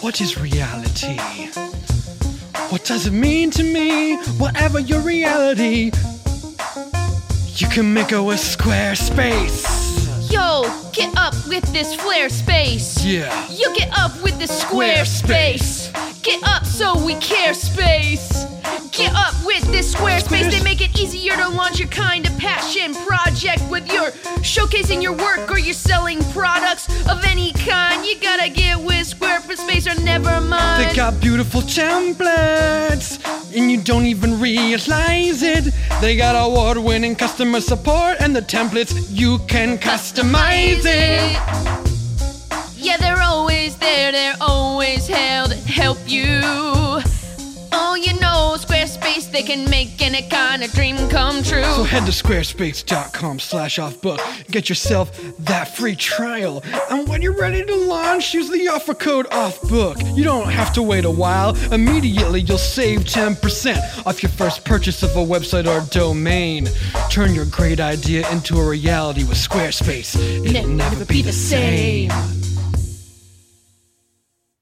What is reality? What does it mean to me? Whatever your reality, you can make a square space. Yo, get up with this flare space. Yeah. You get up with this square space. Get up so we care space. Get up with this square space. They make it easier to launch your kind of passion project with your showcasing your work or you're selling products of any kind. You gotta get with square for space or never mind. They got beautiful templates, and you don't even realize it. They got award winning customer support and the templates, you can customize it. Yeah, they're always there, they're always hell to help you. Oh, you know, Squarespace, they can make any kind of dream come true. So head to squarespace.com slash off book. Get yourself that free trial. And when you're ready to launch, use the offer code off book. You don't have to wait a while. Immediately you'll save 10% off your first purchase of a website or domain. Turn your great idea into a reality with Squarespace. It'll never be the same.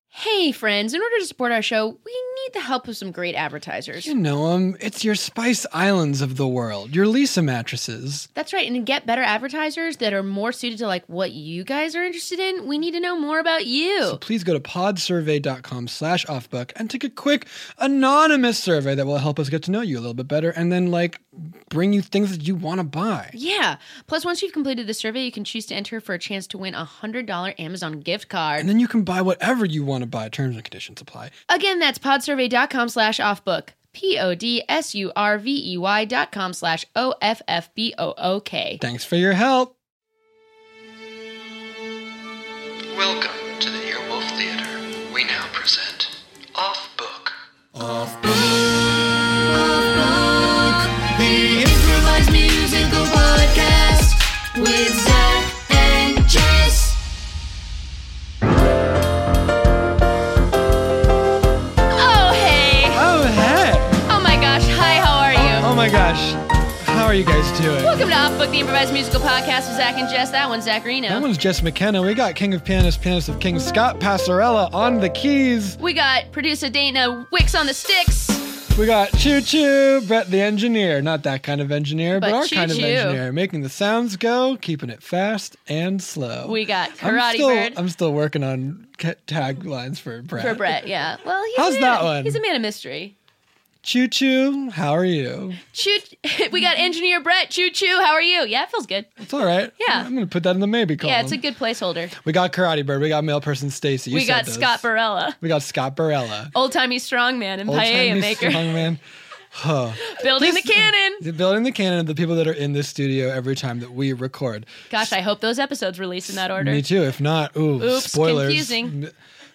hey, friends, in order to support our show, we need the help of some great advertisers. You know 'em. It's your Spice Islands of the world, your Lisa mattresses. That's right, and to get better advertisers that are more suited to like what you guys are interested in, we need to know more about you. please go to podsurvey.com slash offbook and take a quick anonymous survey that will help us get to know you a little bit better and then like bring you things that you want to buy Yeah. Plus, once you've completed the survey, you can choose to enter for a chance to win a $100 Amazon gift card. and then you can buy whatever you want to buy terms and conditions apply Again, that's podsurvey.com slash offbook. P-O-D-S-U-R-V-E-Y E dot com slash O-F-F-B-O-O-K. thanks for your help Welcome to the Earwolf Theater. We now present Off Book. The improvised musical podcast with Zach and Jess. Oh, hey! oh hey Oh my gosh, hi, how are you? oh my gosh how are you guys doing Welcome to Offbook, the improvised musical podcast with Zach and Jess. That one's Zacharino. that one's Jess McKenna. We got King of Pianists, Pianist of Kings, Scott Passarella on the keys. we got producer Dana Wicks on the sticks. We got Choo Choo, Brett the engineer. Not that kind of engineer, but, But our kind of Choo Choo. engineer. Making the sounds go, keeping it fast and slow. We got I'm Karate still, Bird. I'm still working on ca- taglines for Brett. For Brett, yeah. Well, he's How's a man, that one? He's a man of mystery. Choo Choo, how are you? Choo, we got engineer Brett. Choo choo, how are you? Yeah, it feels good. It's all right. Yeah. I'm going to put that in the maybe column. Yeah, it's a good placeholder. we got Karate Bird. We got male person Stacy. You we said got those. Scott Barella, We got Scott Barella. old timey strongman and paella Old-timey maker, strongman. building the This- cannon. The building the canon of the people that are in this studio every time that we record. Gosh, I hope those episodes release in that order. Me too. If not, ooh, Oops, spoilers. confusing.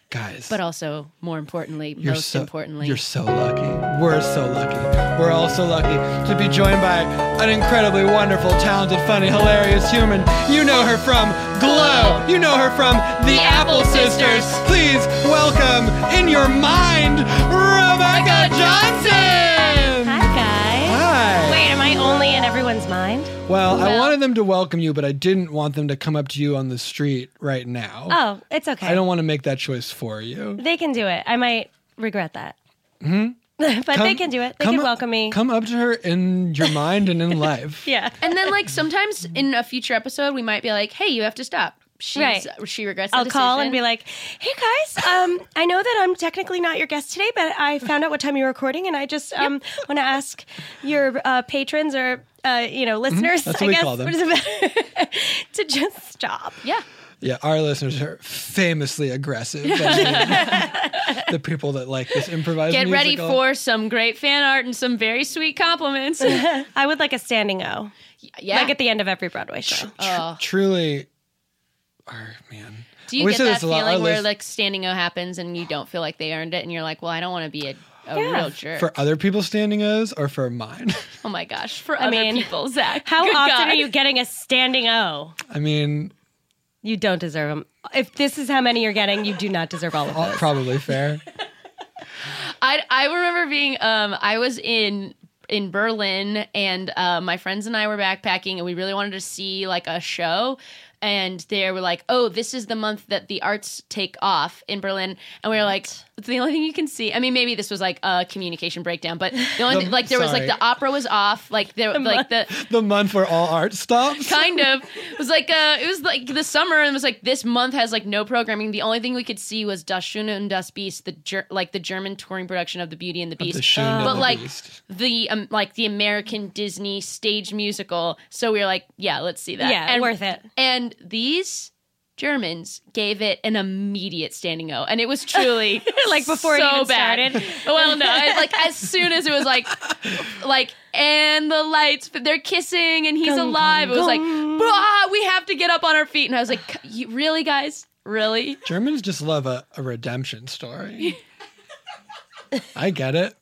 Guys. But also, more importantly, You're most so, importantly, You're so lucky. We're so lucky. We're all so lucky to be joined by an incredibly wonderful, talented, funny, hilarious human. You know her from Glow. You know her from The, Apple, Apple Sisters. Sisters. Please welcome in your mind, Rebecca Rebecca Johnson. Hi, guys. Hi. Wait, am I only in everyone's mind? Well, I Well- wanted them to welcome you, but I didn't want them to come up to you on the street right now. Oh, it's okay. I don't want to make that choice for you. They can do it. I might regret that. Mm-hmm. but they Hmm? Come- can do it. They come can up- welcome me. Come up to her in your mind and in life. Yeah. And then, like, sometimes in a future episode, we might be like, hey, you have to stop. She's, uh, Right. She regrets the I'll call and decision. be like, "Hey guys, um, I know that I'm technically not your guest today, but I found out what time you're recording, and I just um, want to ask your uh, patrons or uh, you know listeners, Mm-hmm. That's I what we guess, call them. what is it matter, to just stop." yeah. Yeah, our listeners are famously aggressive. And the people that like this improvised Get ready musical. for some great fan art and some very sweet compliments. yeah. I would like a standing O, like at the end of every Broadway show. oh. truly. Our man. Do you We get say that this a lot. Our feeling where lis- like standing O happens and you don't feel like they earned it and you're like, well, I don't want to be a, a Yeah. real jerk. for other people's standing O's or for mine? oh my gosh, for other mean, people, Zach. How Good often God. are you getting a standing O? I mean, You don't deserve them. If this is how many you're getting, you do not deserve all of all, them. probably fair. I I remember being um I was in in Berlin and uh, my friends and I were backpacking and we really wanted to see like a show and they were like oh this is the month that the arts take off in Berlin and we were like it's the only thing you can see I mean maybe this was like a communication breakdown but the only The- thing, like there was like sorry. the opera was off like there like the The month where all art stops. kind of it was like uh it was like the summer and it was like this month has like no programming the only thing we could see was das schöne und das beast the ger- like the german touring production of the beauty and the beast The Shun and but the like Beast. the um, like the american disney stage musical so we were like yeah let's see that Yeah, and, worth it. and these Germans gave it an immediate standing O, and it was truly Like before it so even bad. started? Well, no, I- like as soon as it was like, like, and the lights, but they're kissing, and he's Gung, alive. gung, it was like, gung. "Bah, we have to get up on our feet, and I was like, "C- you, really, guys, really? Germans just love a, a redemption story. I get it.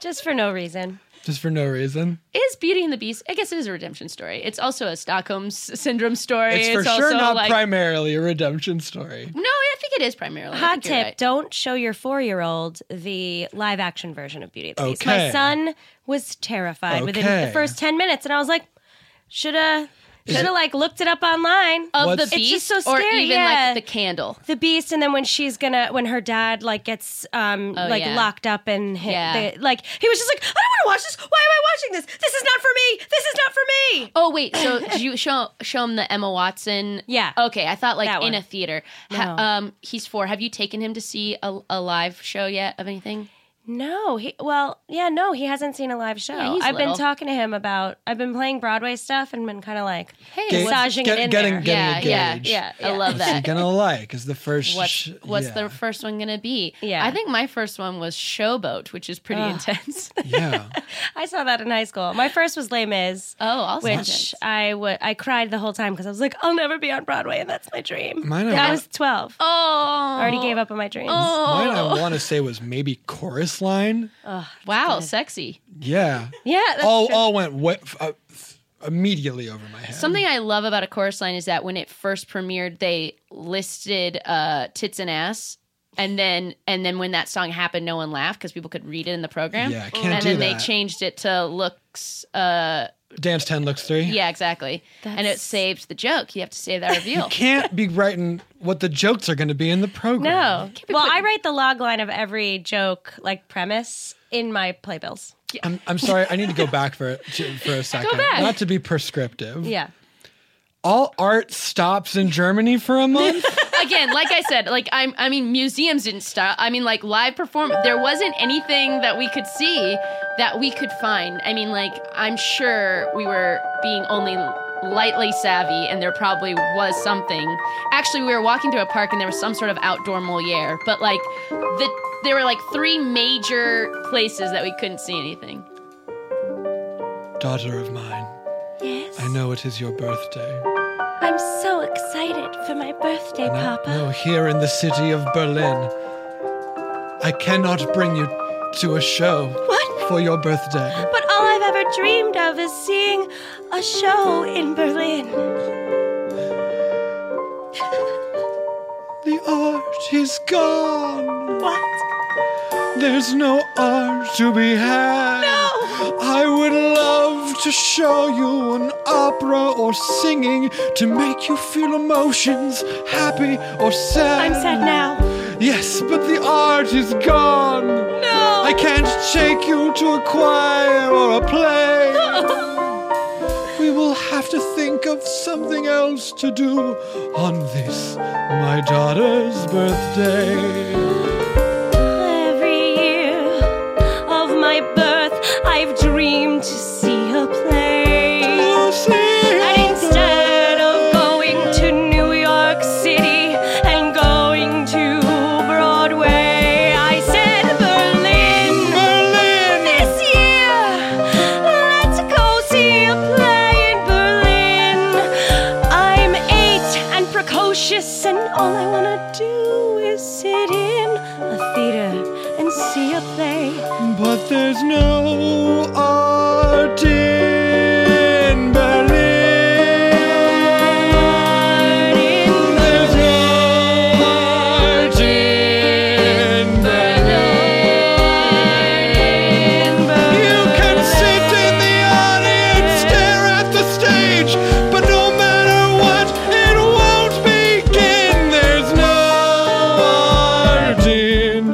Just for no reason. Just for no reason. Is Beauty and the Beast? I guess it is a redemption story. It's also a Stockholm s- syndrome story. It's for sure also not like, primarily a redemption story. No, I think it is primarily I Hot think you're tip: right. Don't show your four-year-old the live-action version of Beauty and the Beast. My Okay. son was terrified within Okay. the first ten minutes, and I was like, "Shoulda, shoulda like looked it up online." Of What's- the It's Beast, just so or scary, even yeah. like the candle. the beast and then when she's gonna when her dad like gets um like Oh, yeah. locked up and hit Yeah. the, like he was just like i don't want to watch this why am i watching this this is not for me this is not for me Oh wait, so did you show show him the Emma Watson? Yeah. Okay, I thought like That in one. a theater. Ha- No. um, he's four. Have you taken him to see a, a live show yet of anything? no he well yeah no he hasn't seen a live show Yeah, he's i've little. been talking to him about i've been playing broadway stuff and been kind of like Hey, Ga- what's- massaging get- it in getting- there. getting a yeah, yeah, gauge. yeah, I love What's he that. gonna like? Is the first. What's sh- what's yeah. the first one gonna be? Yeah. I think my first one was Showboat, which is pretty intense. yeah. i saw that in high school my first was les mis oh, also which intense. I would, I cried the whole time because I was like, I'll never be on Broadway, and that's my dream. Mine are- I was twelve. Oh, I already gave up on my dreams. Mine I want to say was maybe chorus line. Wow, sexy. Yeah. Yeah, that's all true. all went wet, uh, immediately over my head. Something I love about a chorus line is that when it first premiered, they listed uh, tits and ass, and then and then when that song happened, no one laughed because people could read it in the program. Yeah, can't and do then that. they changed it to looks. Uh, Dance ten looks three. yeah, exactly. And it saved the joke. You have to save that reveal. Can't be writing what the jokes are going to be in the program. No. Well, I write the log line of every joke, like premise, in my playbills. I'm, I'm sorry. I need to go back for to- for a second. back. Not to be prescriptive. Yeah. All art stops in Germany for a month. Again, like I said, like I'm, I mean, museums didn't stop. I mean, like live perform. There wasn't anything that we could see that we could find. I mean, like I'm sure we were being only lightly savvy, and there probably was something. Actually, we were walking through a park, and there was some sort of outdoor Moliere, but like the there were like three major places that we couldn't see anything. Daughter of mine, Yes. I know it is your birthday. I'm so excited for my birthday, No, Papa. No, here in the city of Berlin. I cannot bring you to a show What? for your birthday. But all I've ever dreamed of is seeing a show in Berlin. The art is gone. What? There's no art to be had. No. I would love to show you an opera or singing to make you feel emotions, happy or sad. I'm sad now. Yes, but the art is gone. No. I can't take you to a choir or a play. we will have to think of something else to do on this, my daughter's birthday. Every year of my birth, I've dreamed to see her play. We'll see And how instead of going to New York City and going to Broadway, I said Berlin. Berlin. This year, let's go see a play in Berlin. I'm eight and precocious, and all I wanna do is sit in a theater and see a play. But there's no art in Berlin. There's no art in Berlin. You can sit in the audience, stare at the stage, but no matter what, it won't begin. There's no art in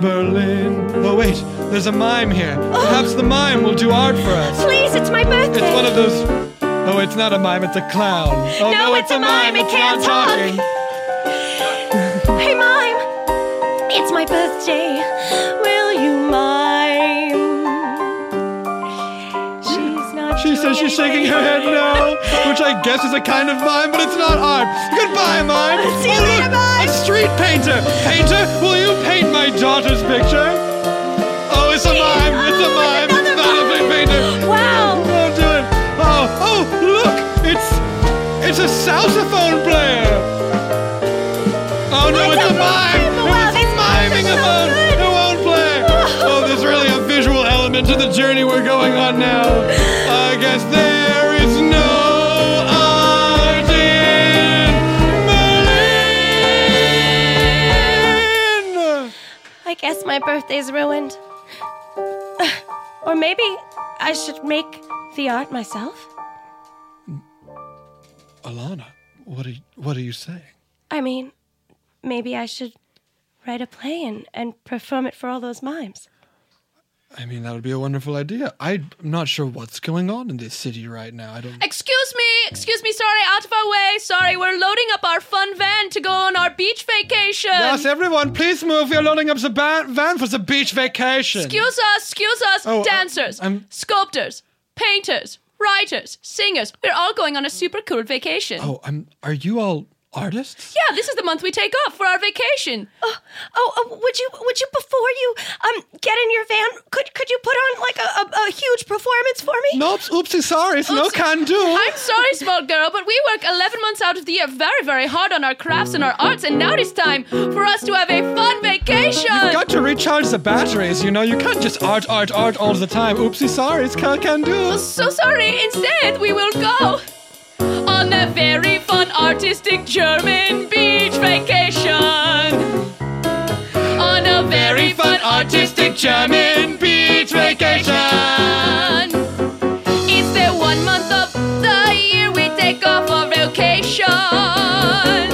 Berlin. Oh, wait, there's a mime here. Perhaps the mime will do art for us. Please, it's my It's birthday. one of those. Oh, it's not a mime, it's a clown. Oh, No, it's a mime, it it's can't not talk. talking. Hey, mime, it's my birthday. Will you mime? She's not. She says she's shaking her head no, which I guess is a kind of mime, but it's not art. Goodbye, mime. See you Oh, later, look, mime. A street painter. Painter, will you paint my daughter's picture? Oh, it's a mime. It's a Oh, mime. another It's not a mime. street painter. Wow. Oh, do it. Oh, oh, look. It's it's a saxophone player. Oh no, it's, It's a a mime. mime. Wow, It was these mimes miming are a so mime. good. It won't play. Oh, there's really a visual element to the journey we're going on now. I guess there is no art in Berlin. I guess my birthday's ruined. Or maybe I should make the art myself. Alana, what are what are you saying? I mean, maybe I should write a play and, and perform it for all those mimes. I mean, that would be a wonderful idea. I'm not sure what's going on in this city right now. I don't. Excuse me, excuse me, sorry, out of our way. Sorry, we're loading up our fun van to go on our beach vacation. Yes, everyone, please move. We are loading up the ba- van for the beach vacation. Excuse us, excuse us, Oh, I- dancers, I'm- sculptors, painters, writers, singers. We're all going on a super cool vacation. Oh, I'm. Are you all artists? Yeah, this is the month we take off for our vacation. Oh, uh, would you would you before you um get in your van? Could could you put on like a, a, a huge performance for me? Nope. Oopsie, sorry. It's no Oops. can do. I'm sorry, small girl, but we work 11 months out of the year very, very hard on our crafts and Oh. our arts, and now it is time for us to have a fun vacation. Got to recharge the batteries. You know, you can't just art, art, art all the time. Oopsie, sorry. It's can, can do. so sorry. Instead, we will go on a very fun artistic German beach vacation. On a very fun artistic German beach vacation. It's the one month of the year we take off for vacation.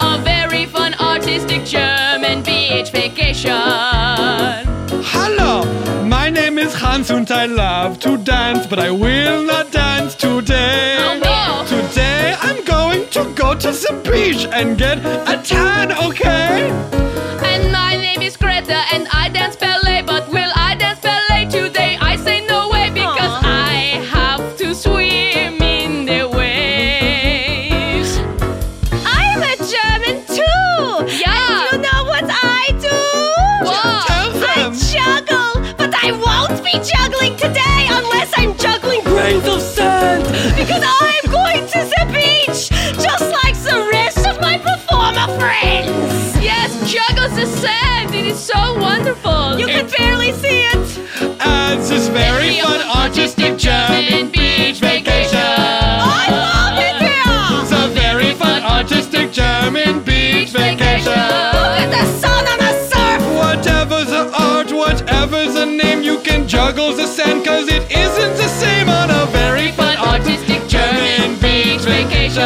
A very fun artistic German beach vacation. Hello, my name is Hans and I love to dance, but I will not dance today. Oh, no. Today I'm going to go to the beach and get a tan, okay? And my name is Greta, and I dance ballet. But will I dance ballet today? I say no way because I have to swim in the waves. I'm a German too. Yeah. You know what I do? What? Tell I them. juggle, but I won't be juggling today unless I'm juggling grains of sand because I'm going to the beach just like the rest of my performer friends. Yes, juggles the sand. It is so wonderful. You can barely see it. And this very fun artistic German beach vacation. I love it here. The very fun artistic German beach vacation. Look at the sun on the surf. Whatever the art, whatever the name, you can juggle the sand, cause it isn't the same on a very fun artistic German beach vacation.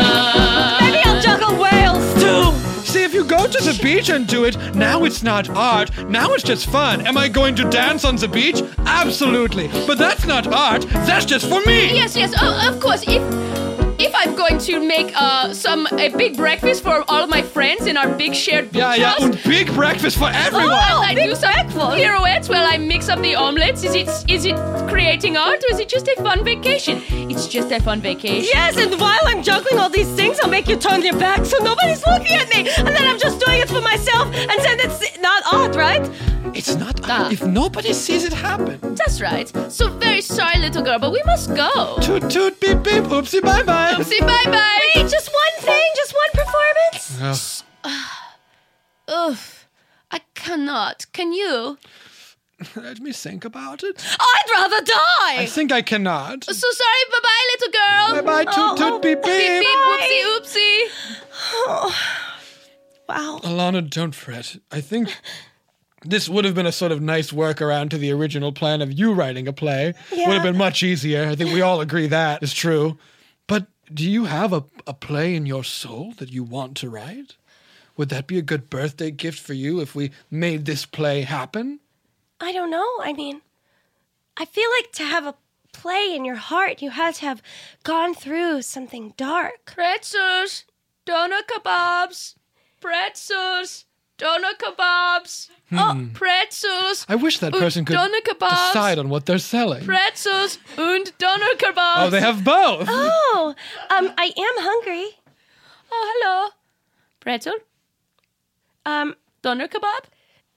Maybe I'll juggle whales too. See, if you go to the beach didn't do it. Now it's not art. Now it's just fun. Am I going to dance on the beach? Absolutely. But that's not art. That's just for me. Yes, yes, oh, of course. If if I'm going to make uh, some a big breakfast for all of my friends in our big shared beach Yeah, yeah, house, and big breakfast for everyone. Oh, I do some pirouettes while I mix up the omelets. Is it is it creating art or is it just a fun vacation? It's just a fun vacation. Yes, and while I'm juggling all these things, I'll make you turn your back so nobody's looking at me. And then I'm just doing it for myself and then it's not odd, right? It's not Ah. art if nobody sees it happen. That's right. So very sorry, little girl, but we must go. Toot toot beep beep oopsie bye bye. Say bye bye. Wait, just one thing, just one performance? Ugh, I cannot. Can you? Let me think about it. I'd rather I die! think I cannot. So sorry. Bye bye, little girl. Bye bye toot toot beep Beep beep. beep. Whoopsie oopsie. Wow. Alana, don't fret. I think this would have been a sort of nice workaround to the original plan of you writing a play. Would have Yeah. been much easier. I think we all agree that is true. But do you have a, a play in your soul that you want to write? Would that be a good birthday gift for you if we made this play happen? I don't know. I mean, I feel like to have a play in your heart, you had to have gone through something dark. Pretzels, donut kebabs. Pretzels, donut kebabs. Hmm. Oh, pretzels. I wish that Und person could Doner kebabs. decide on what they're selling. Pretzels und donut kebabs. Oh, they have both. Oh, um, I am hungry. Oh, hello. Pretzel, Um, doner kebab,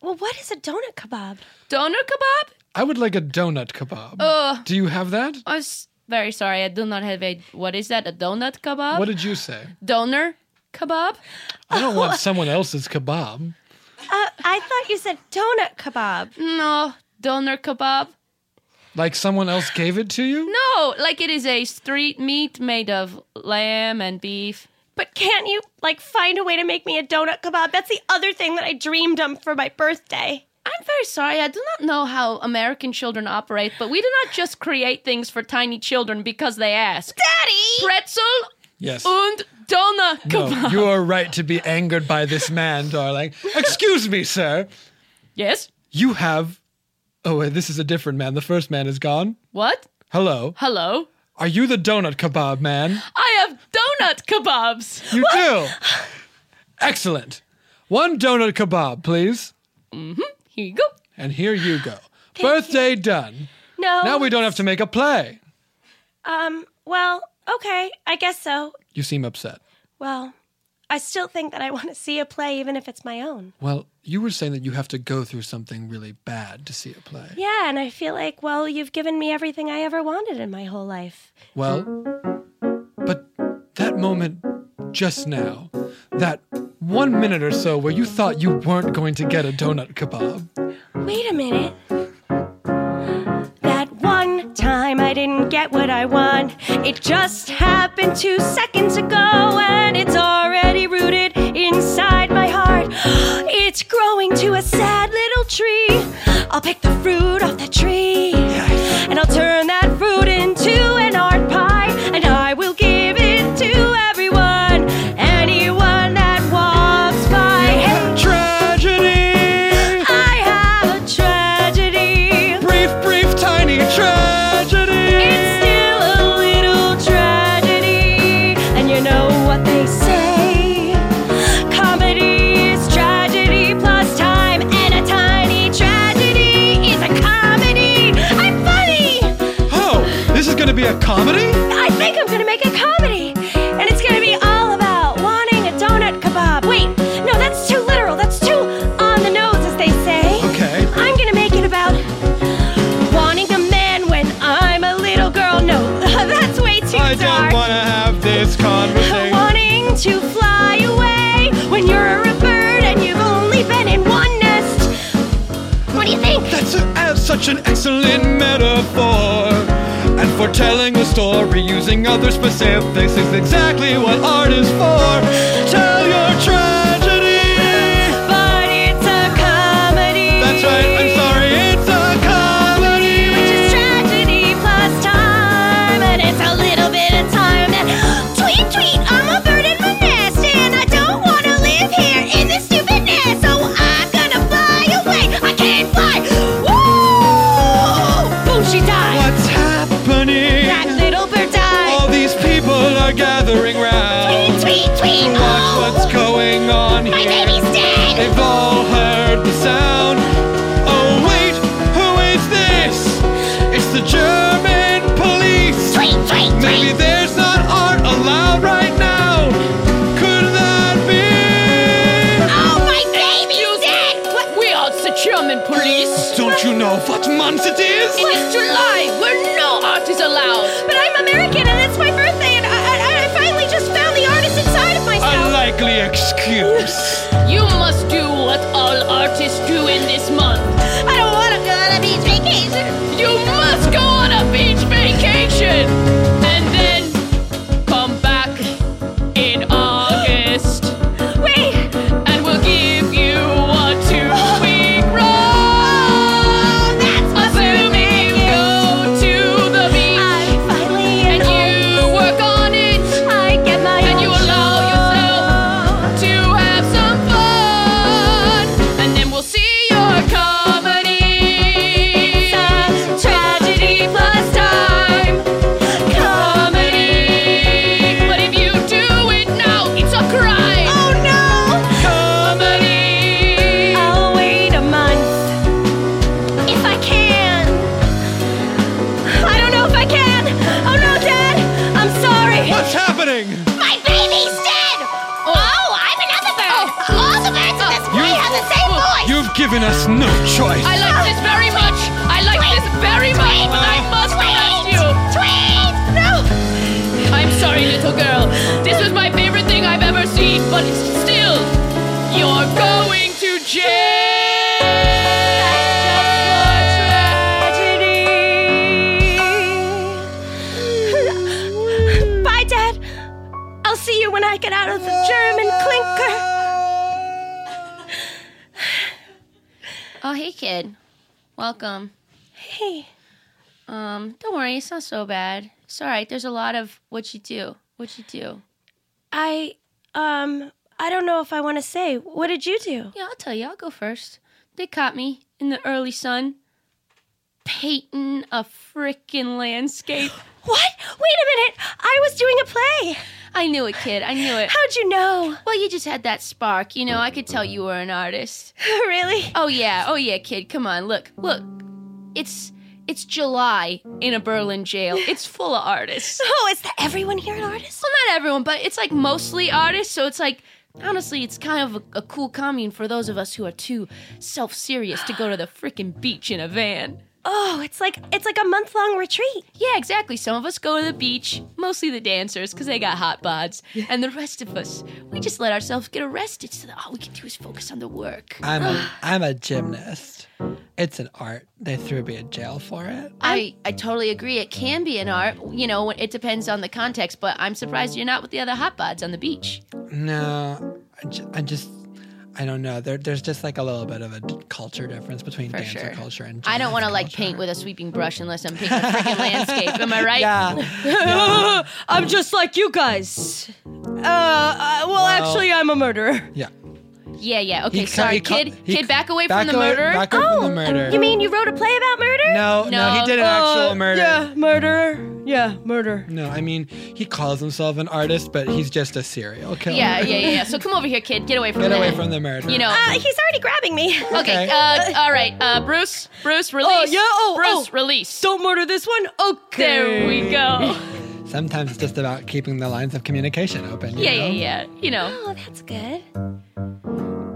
well, what is a donut kebab? doner kebab. I would like a donut kebab. Oh, Do you have that? I'm s- very sorry. I do not have a. What is that? A donut kebab? What did you say? doner kebab? I don't want someone else's kebab. Uh, I thought you said donut kebab. No, doner kebab. Like someone else gave it to you? No, like it is a street meat made of lamb and beef. But can't you like find a way to make me a donut kebab? That's the other thing that I dreamed of for my birthday. I'm very sorry. I do not know how American children operate, but we do not just create things for tiny children because they ask. Daddy! Pretzel Yes. und doner No, kebab. you are right to be angered by this man, darling. Excuse me, sir. Yes. You have. Oh, wait, this is a different man. The first man is gone. What? Hello. Hello. Are you the donut kebab man? I have donut kebabs. You do. Excellent. One donut kebab, please. Here you go. And here you go. Birthday done. No. Now we don't have to make a play. Um, well, okay, I guess so. You seem upset. Well, I still think that I want to see a play even if it's my own. Well, you were saying that you have to go through something really bad to see a play. Yeah, and I feel like, well, you've given me everything I ever wanted in my whole life. Well, but that moment just now, that one minute or so where you thought you weren't going to get a donut kebab, Wait a minute. That one time I didn't get what I want. It just happened two seconds ago, and it's already rooted inside my heart. It's growing to a sad little tree. I'll pick the fruit off the tree, and I'll turn that fruit into an art pie, and I will give it to everyone, anyone that walks by. tragedy, I have a tragedy. brief, brief, tiny tragedy. It's still a little tragedy. And you know what they say comedy is tragedy plus time. And a tiny tragedy is a comedy. I'm funny. Oh, this is going to be a comedy? I think I'm gonna make a comedy. And it's gonna be all about wanting a donut kebab. Wait, no, that's too literal. That's too on the nose, as they say. Okay. I'm gonna make it about wanting a man when I'm a little girl. No, that's way too I dark. don't want to have this conversation. wanting to fly away when you're a bird and you've only been in one nest. What do you think? That's a, uh, such an excellent metaphor. And for telling a story using other specifics is exactly what art is for. Tell your tragedy. But it's a comedy. That's right, I'm sorry, it's a Which comedy. is tragedy plus time, and it's a little bit of time that tweet tweet. I'm a bird in my nest, and I don't want to live here in this stupid nest. Oh. Watch Oh, what's going on My here. baby's dead! They've all heard the sound. Oh, wait, who is this? It's the German police. Tweet, tweet, Maybe tweet! there's not art allowed right now. Could that be? Oh, my baby's dead! What? We are the German police. Don't you know what month it is? It is July, where no art is allowed. But I'm American and it's my birthday and I, I, I finally just found the artist inside of myself. Unlikely excuse. You must do what all artists do in this month. I don't want to go on a beach vacation. You must go on a beach vacation and then come back in August. Wait, And we'll give you a two-week Oh, run. Assuming you go to the beach I'm finally Oh. and an you work on it I get my and own you allow yourself to have some fun. And then we'll see your comedy. It's a tragedy plus time comedy. But if you do it now, it's a crime. Oh no! Comedy. I'll wait a month if I can. I don't know if I can. Oh no, Dad! I'm sorry. What's happening? My baby's dead! Oh, I'm another bird! Oh. All the birds in this play have the same voice! Oh. You've given us no choice. I like this very much. I like this very much, but I must arrest you. Tweet! No! I'm sorry, little girl. This was my favorite thing I've ever seen, but still, you're going to jail. Tragedy. Bye, Dad. I'll see you when I get out of the German clinker. Oh, hey, kid. Welcome. Hey, Um, don't worry, it's not so bad. It's all right. There's a lot of what you do. What you do. I um I don't know if I want to say. What did you do? Yeah, I'll tell you. I'll go first. They caught me in the early sun, painting a frickin' landscape. What? Wait a minute. I was doing a play. I knew it, kid. I knew it. How'd you know? Well, you just had that spark. You know, I could tell you were an artist. really? Oh yeah, oh yeah, kid. Come on, look, look. It's it's July in a Berlin jail. It's full of artists. Oh, is that everyone here an artist? Well, not everyone, but it's like mostly artists. So it's like honestly, it's kind of a, a cool commune for those of us who are too self-serious to go to the freaking beach in a van. Oh, it's like it's like a month long retreat. Yeah, exactly. Some of us go to the beach, mostly the dancers, because they got hot bods. And the rest of us, we just let ourselves get arrested so that all we can do is focus on the work. I'm a, I'm a gymnast. It's an art. They threw me in jail for it. I, I totally agree. It can be an art. You know, it depends on the context, but I'm surprised you're not with the other hot bods on the beach. No, I, ju- I just, I don't know. There, there's just like a little bit of a d- culture difference between For dancer sure. culture and. I don't jazz want to like culture. paint with a sweeping brush unless I'm painting a freaking landscape. Am I right? Yeah, I'm just like you guys. Uh, uh well, actually, I'm a murderer. yeah. Yeah, yeah. Okay, He ca- sorry. he ca- kid, he kid, ca- back away back from the away- murderer. Oh. Back away from the murder. You mean you wrote a play about murder? no, no, No. he did an Oh. Uh, actual murder. Yeah, murderer. Yeah, murder. No, I mean he calls himself an artist, but he's just a serial killer. yeah, yeah, yeah, yeah. So come over here, kid. Get away from Get that. away from the murder. You know. Uh, he's already grabbing me. okay. okay. Uh, all right. Uh, Bruce, Bruce, release. yeah, oh, Bruce, oh. release. Don't murder this one. Okay. There we go. Sometimes it's just about keeping the lines of communication open. you Yeah, know? yeah, yeah. You know. Oh, that's good.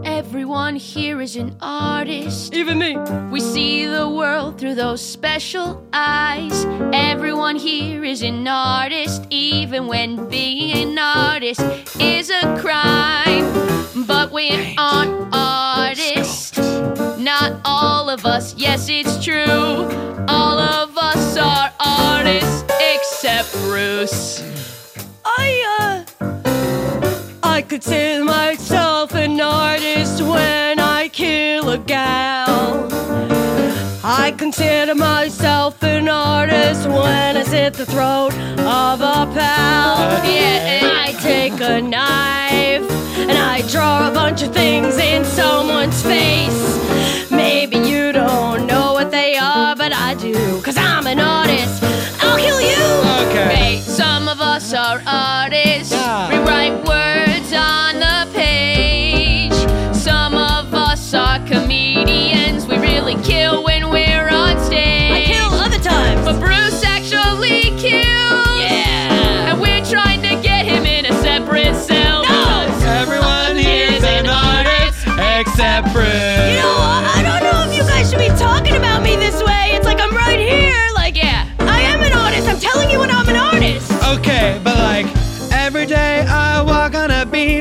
Everyone here is an artist. Even me. We see the world through those special eyes. Everyone here is an artist, even when being an artist is a crime. But we aren't artists. Not all of us, yes, it's true. All of us are artists, except Bruce. I, uh. I consider myself an artist when I kill a gal. I consider myself an artist when I slit the throat of a pal. Yeah. I take a knife and I draw a bunch of things in someone's face. Maybe you don't know what they are, but I do, cause I'm an artist. I'll kill you! Okay. Hey, some of us are artists. Yeah. We write words on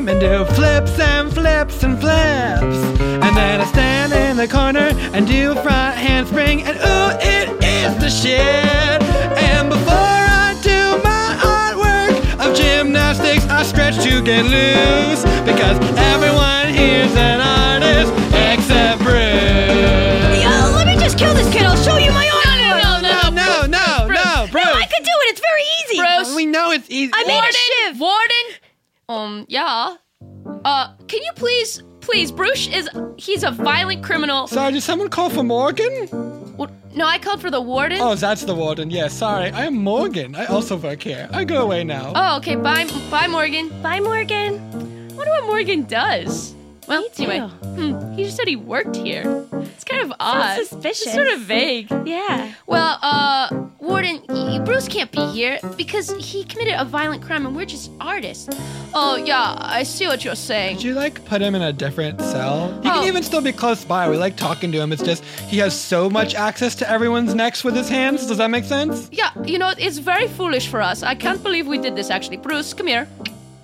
and do flips and flips and flips. And then I stand in the corner and do front handspring, and ooh, it is the shit. And before I do my artwork of gymnastics, I stretch to get loose because everyone here's an artist except Bruce. Uh, let me just kill this kid. I'll show you my no, artwork. no, no, No, no. no, no, Bruce. I could do it. It's very easy. Bruce. We know it's easy. I made a Warden, shiv. Warden. Um, yeah. Uh, can you please, please, Bruce is, he's a violent criminal. Sorry, did someone call for Morgan? Well, No, I called for the warden. Oh, that's the warden. Yeah, sorry. I am Morgan. I also work here. I go away now. Oh, okay. Bye, bye, Morgan. Bye, Morgan. I wonder what Morgan does. Well, Me too. anyway, hmm, he just said he worked here. It's kind of odd. suspicious. It's sort of vague. Yeah. Well, uh, Warden, y- Bruce can't be here because he committed a violent crime, and we're just artists. Oh yeah, I see what you're saying. Could you like put him in a different cell? He Oh. can even still be close by. We like talking to him. It's just he has so much access to everyone's necks with his hands. Does that make sense? yeah, you know it's very foolish for us. I can't believe we did this. Actually, Bruce, come here.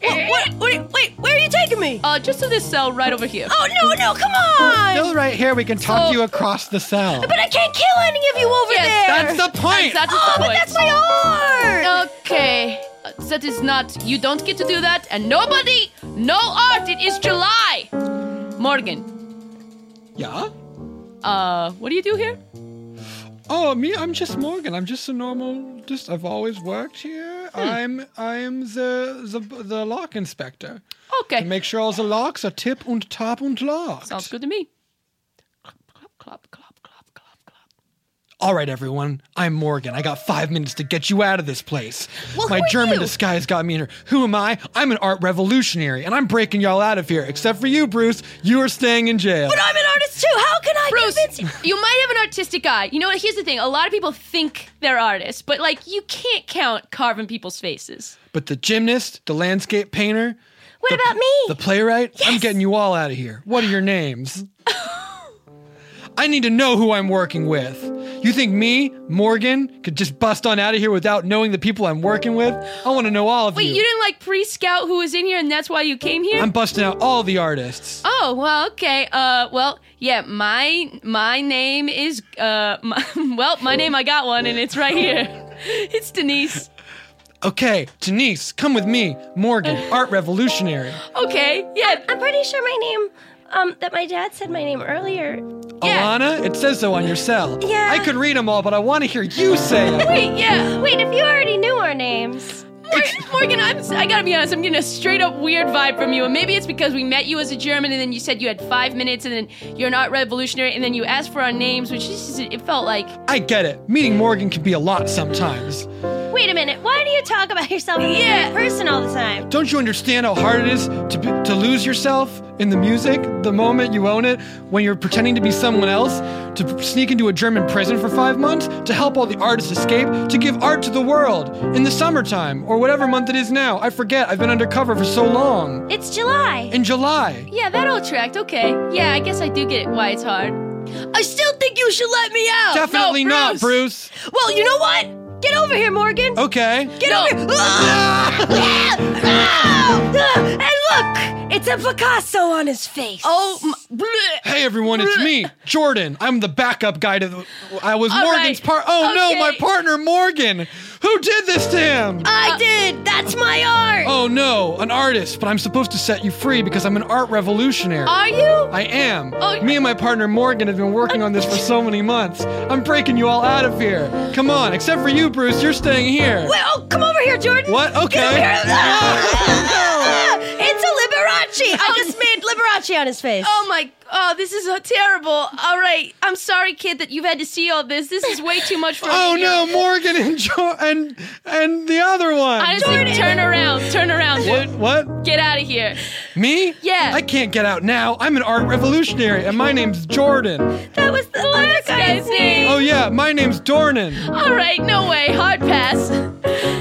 Wait, wait, wait, wait, where are you taking me? Uh, just to this cell right over here. Oh, no, no, come on. Still right here. We can talk So- you across the cell. But I can't kill any of you over Yes, there. That's the point. That's the oh, but point. that's my art. Okay. Uh, That is not. You don't get to do that, and nobody, no art. It is July. Morgan, yeah. uh, what do you do here? Oh, me. I'm just Morgan. I'm just a normal. Just I've always worked here. Hmm. I'm I'm the the the lock inspector. Okay, Make sure all the locks are tip und top und locked. sounds good to me. Clap, clap, clap, clap, clap, clap. All right, everyone. I'm Morgan. I got five minutes to get you out of this place. Well, My who are German you? disguise got me in here. Who am I? I'm an art revolutionary, and I'm breaking y'all out of here. Except for you, Bruce. You are staying in jail. But I'm an artist too. How can I Bruce, convince you? you might have an artistic eye. You know what? Here's the thing: a lot of people think they're artists, but like, you can't count carving people's faces. But the gymnast, the landscape painter, What the, about me? The playwright. I'm Yes. getting you all out of here. What are your names? I need to know who I'm working with. You think me, Morgan, could just bust on out of here without knowing the people I'm working with? I want to know all of Wait, you didn't like pre-scout who was in here, and that's why you came here? I'm busting out all the artists. Oh well, okay. Uh, well, yeah. My my name is uh, my, well, my name I got one, and it's right here. It's Denise. Okay, Denise, come with me. Morgan, art revolutionary. Okay, yeah. I'm pretty sure my name, um, that my dad said my name earlier. Yeah. Alana, it says so on your cell. Yeah. I could read them all, but I want to hear you say them. Wait, yeah. Wait, if you already knew our names. Morgan, Morgan, I'm. I gotta be honest. I'm getting a straight up weird vibe from you, and maybe it's because we met you as a German, and then you said you had five minutes, and then you're not revolutionary, and then you asked for our names, which is just, it felt like. I get it. Meeting Morgan can be a lot sometimes. Wait a minute. Why do you talk about yourself in the Yeah. third person all the time? Don't you understand how hard it is to, be, to lose yourself in the music the moment you own it when you're pretending to be someone else, to p- sneak into a German prison for five months, to help all the artists escape, to give art to the world in the summertime or whatever month it is now? I forget. I've been undercover for so long. It's July. In July. Yeah, that all tracked. Okay. Yeah, I guess I do get why it's hard. I still think you should let me out. Definitely No, not, Bruce. Bruce. Well, you know what? Get over here, Morgan. Okay. Get over here. Ah! Ah! And look, it's a Picasso on his face. Oh, my, bleh. Hey everyone, it's me, Jordan. I'm the backup guy to the. I was All Morgan's right. part. Oh Okay. Uh, no, my partner Morgan. Who did this to him? I did. That's my art. oh no, an artist. But I'm supposed to set you free because I'm an art revolutionary. are you? I am. Uh, Oh. uh, Me and my partner Morgan have been working on this for so many months. I'm breaking you all out of here. Come on, except for you, Bruce. You're staying here. Wait, oh, come over here, Jordan. What? Okay. Get over here. Ah! It's a Liberace. I just made Liberace on his face. Oh my! Oh, this is uh, terrible. All right, I'm sorry, kid, that you've had to see all this. This is way too much for. Oh me. no, Morgan and jo- and and the other one. Honestly, turn around, turn around, what? dude. What? Get out of here. Me? Yeah. I can't get out now. I'm an art revolutionary, and my name's Jordan. that was the other guy's Guy's name. name. Oh yeah, my name's Dornan. All right, no way. Hard pass.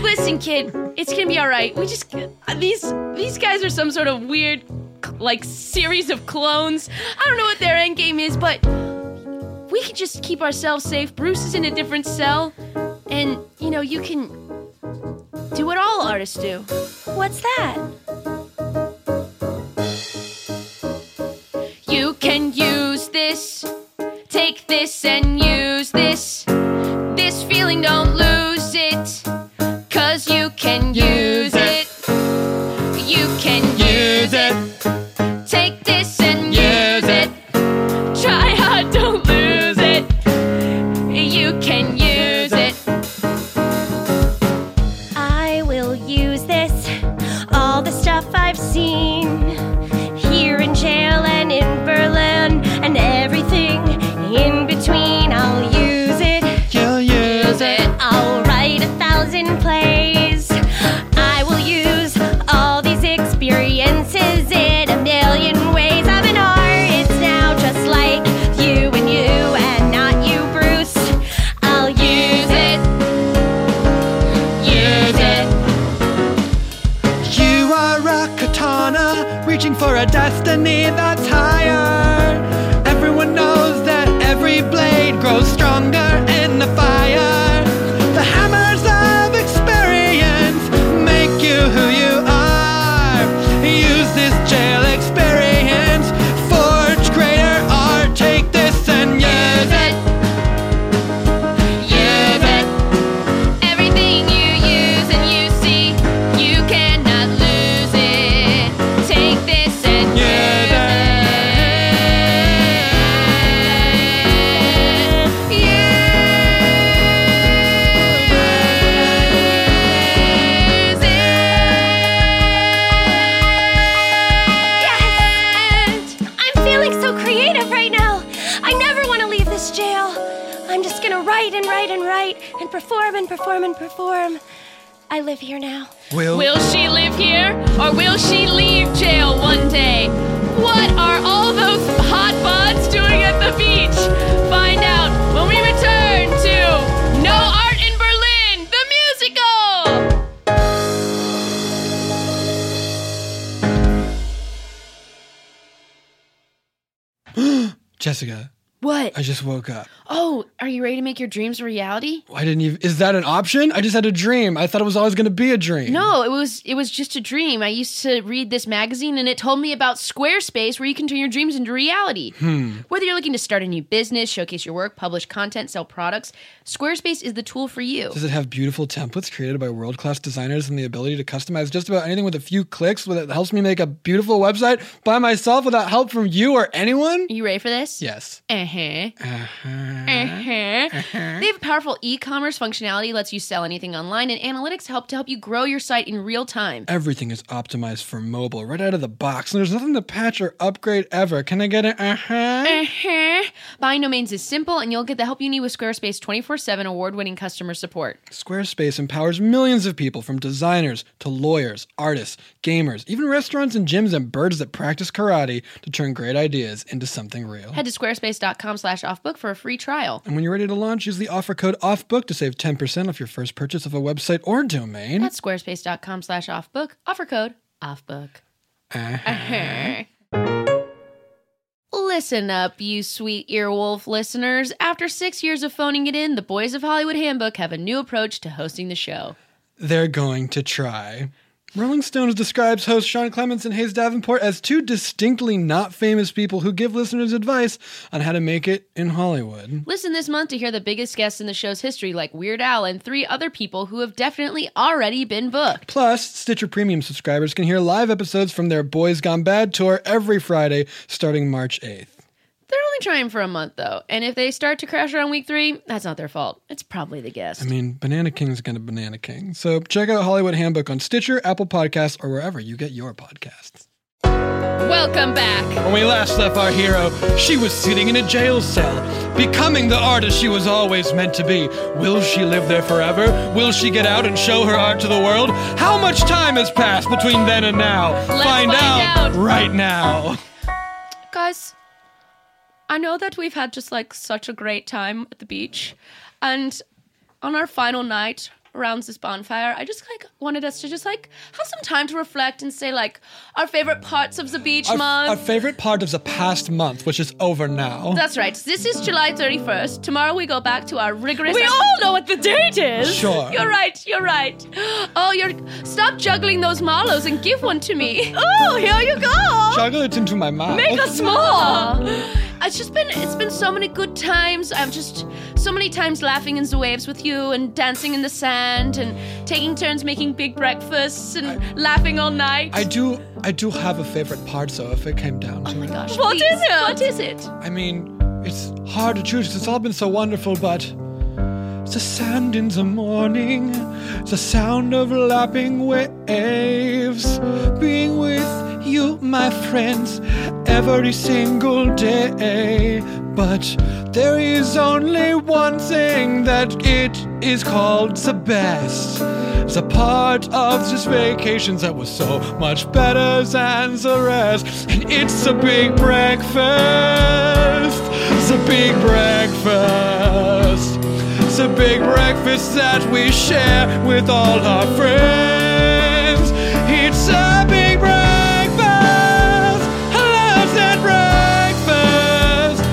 Listen, kid, it's gonna be all right. We just uh, these these guys are some sort of weird like series of clones. I don't know what their end game is, but we can just keep ourselves safe. Bruce is in a different cell, and you know you can do what all artists do. What's that? can use this. This feeling, don't lose it. Cause you can use it. You can use it. Take this and use it. Try hard, don't lose it. You can use it. I will use this, all the stuff I've seen here in jail and in Berlin and everything in between. I'll use it, Yeah, yeah. use it. I'll write a thousand plays. I will use all these experiences in a million ways. I'm an artist now, just like you and you and not you, Bruce. I'll use it. Use it. You are a katana, reaching for a destiny that's higher. Everyone knows that every blade grows stronger in the fire. The hammers of experience make you who you are. Use this jail experience, forge greater art. Take this and use it. Use it. Everything you use and you see, you cannot lose it. Take this and use it. Use Yes! I'm feeling so creative right now. I never want to leave this jail. I'm just gonna write and write and write and perform and perform and perform. I live here now. Will, Will she live here or will she leave jail one day? What are all those hot bods doing at the beach? Find out when we return to No Art in Berlin, the musical! Jessica, What? I just woke up. Oh, are you ready to make your dreams a reality? I didn't even. Is that an option? I just had a dream. I thought it was always going to be a dream. No, it was it was just a dream. I used to read this magazine and it told me about Squarespace where you can turn your dreams into reality. Whether you're looking to start a new business, showcase your work, publish content, sell products, Squarespace is the tool for you. Does it have beautiful templates created by world class designers and the ability to customize just about anything with a few clicks that helps me make a beautiful website by myself without help from you or anyone? You ready for this? Yes. Uh-huh. Uh-huh. They have powerful e-commerce functionality, lets you sell anything online, and analytics help to help you grow your site in real time. Everything is optimized for mobile right out of the box, and there's nothing to patch or upgrade ever. Can I get an uh huh? Uh-huh. Buying domains is simple, and you'll get the help you need with Squarespace 24-7 award-winning customer support. Squarespace empowers millions of people from designers to lawyers, artists, gamers, even restaurants and gyms and birds that practice karate to turn great ideas into something real. Head to squarespace.com slash offbook for a free trial. And when you're ready to launch, use the offer code OFFBOOK to save 10% off your first purchase of a website or domain. That's squarespace.com slash offbook. Offer code offbook. Uh-huh. Listen up, you sweet earwolf listeners. After six years of phoning it in, the boys of Hollywood Handbook have a new approach to hosting the show. They're going to try. Rolling Stones describes hosts Sean Clements and Hayes Davenport as two distinctly not famous people who give listeners advice on how to make it in Hollywood. Listen this month to hear the biggest guests in the show's history, like Weird Al and three other people who have definitely already been booked. Plus, Stitcher Premium subscribers can hear live episodes from their Boys Gone Bad tour every Friday starting March 8th. They're only trying for a month, though, and if they start to crash around week three, that's not their fault. It's probably the guest. I mean, Banana King's gonna Banana King. So check out Hollywood Handbook on Stitcher, Apple Podcasts, or wherever you get your podcasts. Welcome back. When we last left our hero, she was sitting in a jail cell, becoming the artist she was always meant to be. Will she live there forever? Will she get out and show her art to the world? How much time has passed between then and now? find out. right now. Guys, I know that we've had just like such a great time at the beach. And on our final night around this bonfire, I just like wanted us to just like have some time to reflect and say like our favorite parts of the beach Our, month. our favorite part of the past month, which is over now. That's right. This is July 31st. Tomorrow we go back to our rigorous. We all know what the date is. sure. You're right. You're right. Oh, you're. Stop juggling those marlows and give one to me. Oh, here you go. Juggle it into my mouth. Make us small. it's just been it's been so many good times. I've just so many times laughing in the waves with you and dancing in the sand and taking turns making big breakfasts and laughing all night. I do, I do have a favorite part, though, if it came down to oh it. my gosh. What please, is it? What is it? I mean, it's hard to choose 'cause it's all been so wonderful, but the sand in the morning, the sound of lapping waves, being with you, my friends, every single day. But there is only one thing that it is called the best. The part of this vacation that was so much better than the rest. And it's the big breakfast. The big breakfast. The big breakfast that we share with all our friends. It's a big breakfast. I love that breakfast.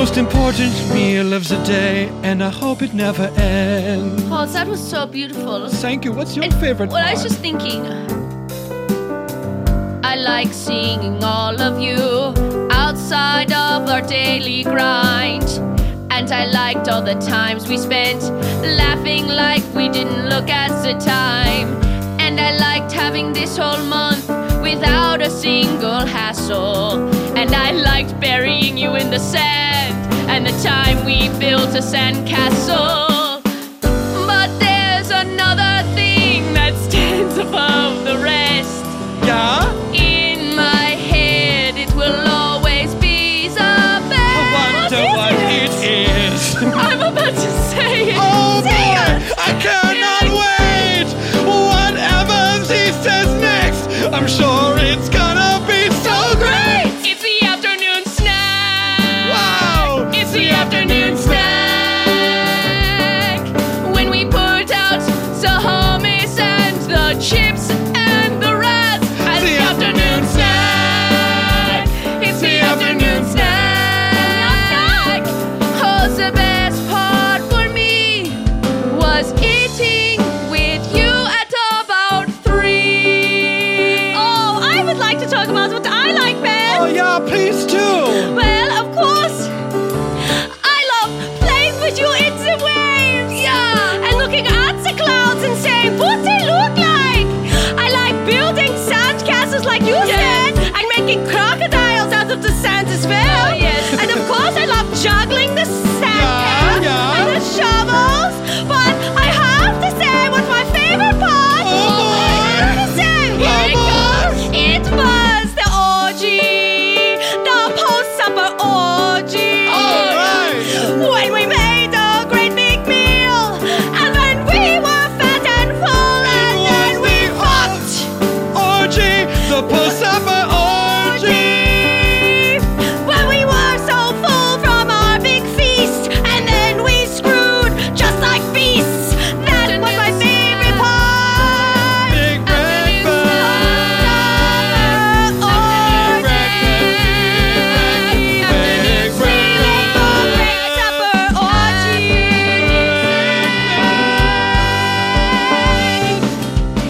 Most important meal of the day, and I hope it never ends. Paul, that was so beautiful. Thank you. What's your And favorite Well, I was part? just thinking. I like seeing all of you outside of our daily grind. And I liked all the times we spent laughing like we didn't look at the time. And I liked having this whole month without a single hassle. And I liked burying you in the sand and the time we built a sandcastle. But there's another thing that stands above the rest. Yeah? In my head, it will always be the I best. wonder what it is. I'm about to say it. Oh boy! Say it. I cannot wait! Whatever she says next, I'm sure it's gonna be so great! It's the afternoon snack. Wow! It's the afternoon snack. When we put out the hummus and the chips and the rats. It's the afternoon snack. It's the afternoon snack. Oh, the best part for me was eating with you at about three. Oh, I would like to talk about what I like best. Oh yeah, please do! Well, of course. I love playing with you in the waves. Yeah. And looking at the clouds and saying, what they look like. I like building sand castles like you said. And making crocodiles out of the sand as well. Oh, yes. And of course, I love juggling the sand Yeah, cats yeah. and the shovels. But I have to say, what's my favorite part? Oh, I have to say, here it goes. It was the orgy, the post-supper orgy. All right. When we made a great big meal, and when we were fat and full, and then we fucked. Orgy! The Pasapa orgy! When we were so full from our big feast, and then we screwed just like beasts. That was my favorite part. Big breakfast! Big breakfast! Big breakfast! Big breakfast!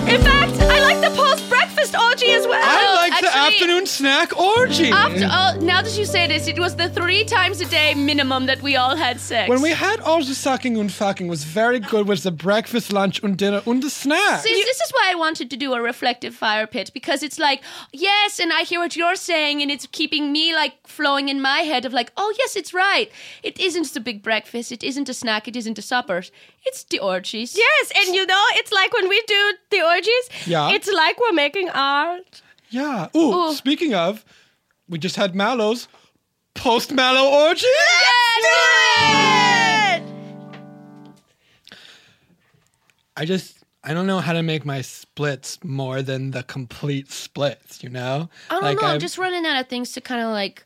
In fact, I like the post-breakfast orgy as well. I Oh, like the actually- afternoon snack orgy. Mm. After all, now that you say this, it was the three times a day minimum that we all had sex. when we had all the sucking and fucking was very good with the breakfast, lunch and dinner and the snack. See, this is why I wanted to do a reflective fire pit because it's like, yes, and I hear what you're saying, and it's keeping me like flowing in my head of like, oh yes, it's right. It isn't the big breakfast, it isn't a snack, it isn't a supper, it's the orgies. Yes, and you know, it's like when we do the orgies, Yeah. it's like we're making art. Yeah. Ooh, Ooh. speaking of, we just had Mallow's post Mallow orgy. Yes! I just I don't know how to make my splits more than the complete splits, you know? I don't know, I'm I've- just running out of things to kind of like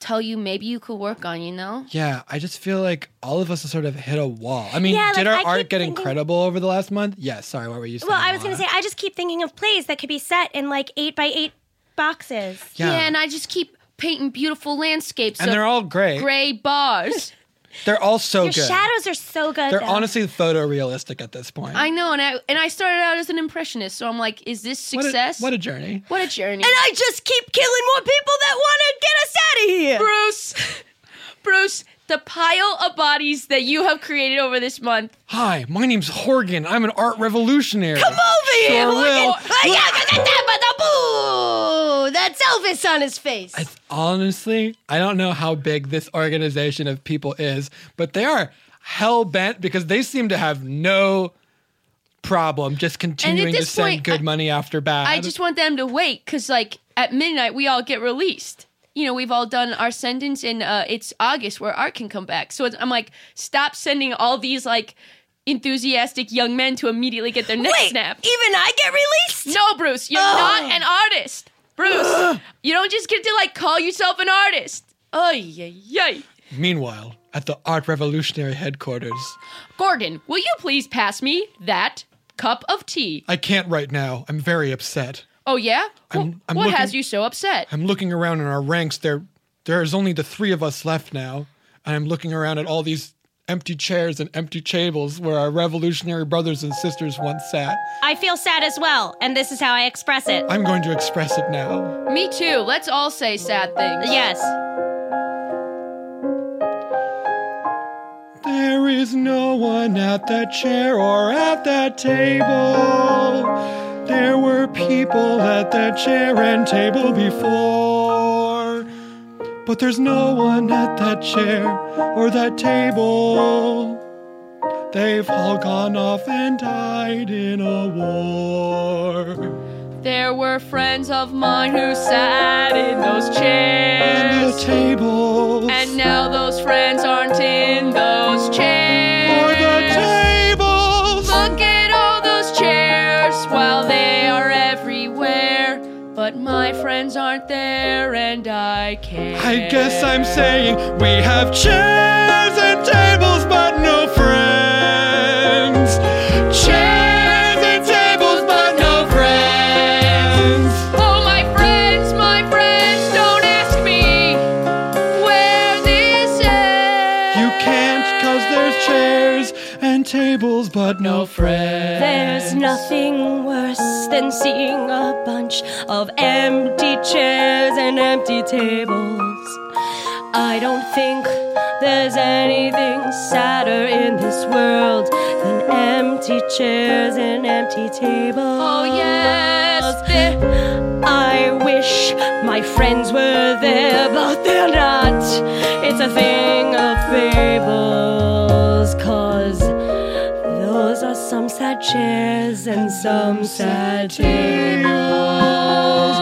tell you maybe you could work on, you know? Yeah, I just feel like all of us have sort of hit a wall. I mean, Yeah, did like, our I art keep get thinking- incredible over the last month? Yeah, sorry, what were you saying? Well, I was going to Laura? say, I just keep thinking of plays that could be set in like eight by eight boxes. Yeah. and I just keep painting beautiful landscapes and of they're all great. gray bars. They're all so Your good. shadows are so good. They're though. honestly photorealistic at this point. I know, and I and I started out as an impressionist, so I'm like, is this What a- success? What a, journey. What a journey. And I just keep killing more people that want to get us out of here. Bruce, Bruce, the pile of bodies that you have created over this month. Hi, my name's Horgan. I'm an art revolutionary. Come over here, Sure will. look oh, at- Yeah, look at that, but the boo! That's Elvis on his face. It's honestly, I don't know how big this organization of people is, but they are hell bent because they seem to have no problem just continuing to this send point, good I- money after bad. I just want them to wait because, like, at midnight, we all get released. You know, we've all done our sentence, and uh, it's August where art can come back. So it's, I'm like, stop sending all these, like, enthusiastic young men to immediately get their neck Wait, snapped. even I get released? No, Bruce, you're not an artist. Bruce, you don't just get to, like, call yourself an artist. Oh, yeah, yeah. Meanwhile, at the art revolutionary headquarters, Gordon, will you please pass me that cup of tea? I can't right now. I'm very upset. Oh yeah? I'm- Wh- I'm what looking- has you so upset? I'm looking around in our ranks. There, there's only the three of us left now, and I'm looking around at all these empty chairs and empty tables where our revolutionary brothers and sisters once sat. I feel sad as well, and this is how I express it. I'm going to express it now. me too. Let's all say sad things. Yes. There is no one at that chair or at that table. There were people at that chair and table before. But there's no one at that chair or that table. They've all gone off and died in a war. There were friends of mine who sat in those And the chairs. tables. And now those friends aren't in those or chairs. the tables. Look at all those chairs while they are everywhere. But my friends aren't there and I can't. I guess I'm saying we have chairs and tables, but no friends. Chairs and tables, but no friends. Oh, my friends, my friends, don't ask me where this ends. You can't, cause there's chairs and tables, but no friends. There's nothing worse than seeing a bunch of empty chairs and empty tables. I don't think there's anything sadder in this world than empty chairs and empty tables. Oh, yes. There, I wish my friends were there, but they're not. It's a thing of fables, cause those are some sad chairs and some sad tables.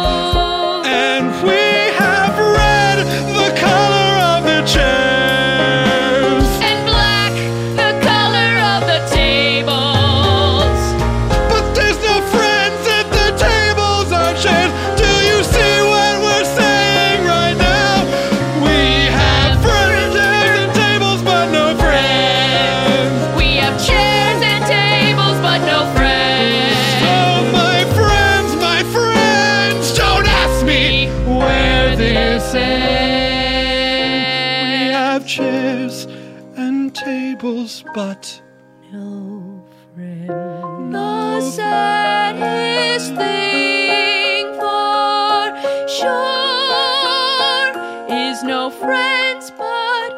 And we have read the color of the chairs, and black, the color of the tables. but there's no friends at the tables or chairs. Do you see what we're saying right now? We have friends and tables, but no friends. We have chairs and tables, but no friends. Oh, my friends, my friends, don't ask me where this We ends. have chairs and tables, but. No friend. The saddest thing for sure is no friends but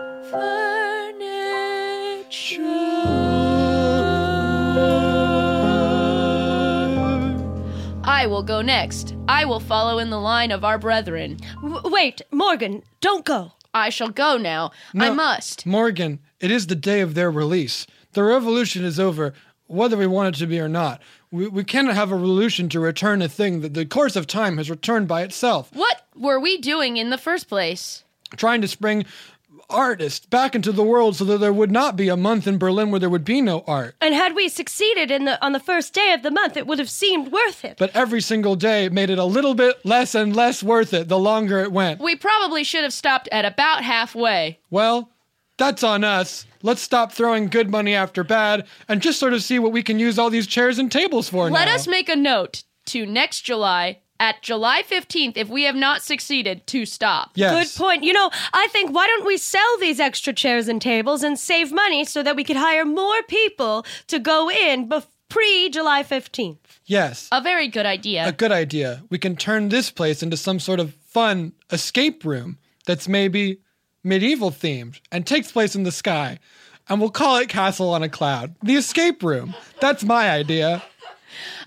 furniture. I will go next. I will follow in the line of our brethren. W- wait, Morgan, don't go. I shall go now. I must. Morgan, it is the day of their release. The revolution is over, whether we want it to be or not. We, we cannot have a revolution to return a thing that the course of time has returned by itself, What were we doing in the first place? trying to spring artists back into the world so that there would not be a month in Berlin where there would be no art. And had we succeeded in the on the first day of the month, it would have seemed worth it. But every single day made it a little bit less and less worth it the longer it went. We probably should have stopped at about halfway. Well, that's on us. Let's stop throwing good money after bad and just sort of see what we can use all these chairs and tables for now. Let us make a note to next July at July 15th if we have not succeeded to stop. Yes. Good point. You know, I think why don't we sell these extra chairs and tables and save money so that we could hire more people to go in bef- pre July 15th? Yes. A very good idea. a good idea. We can turn this place into some sort of fun escape room that's maybe medieval themed and takes place in the sky. And we'll call it Castle on a Cloud. The escape room. That's my idea.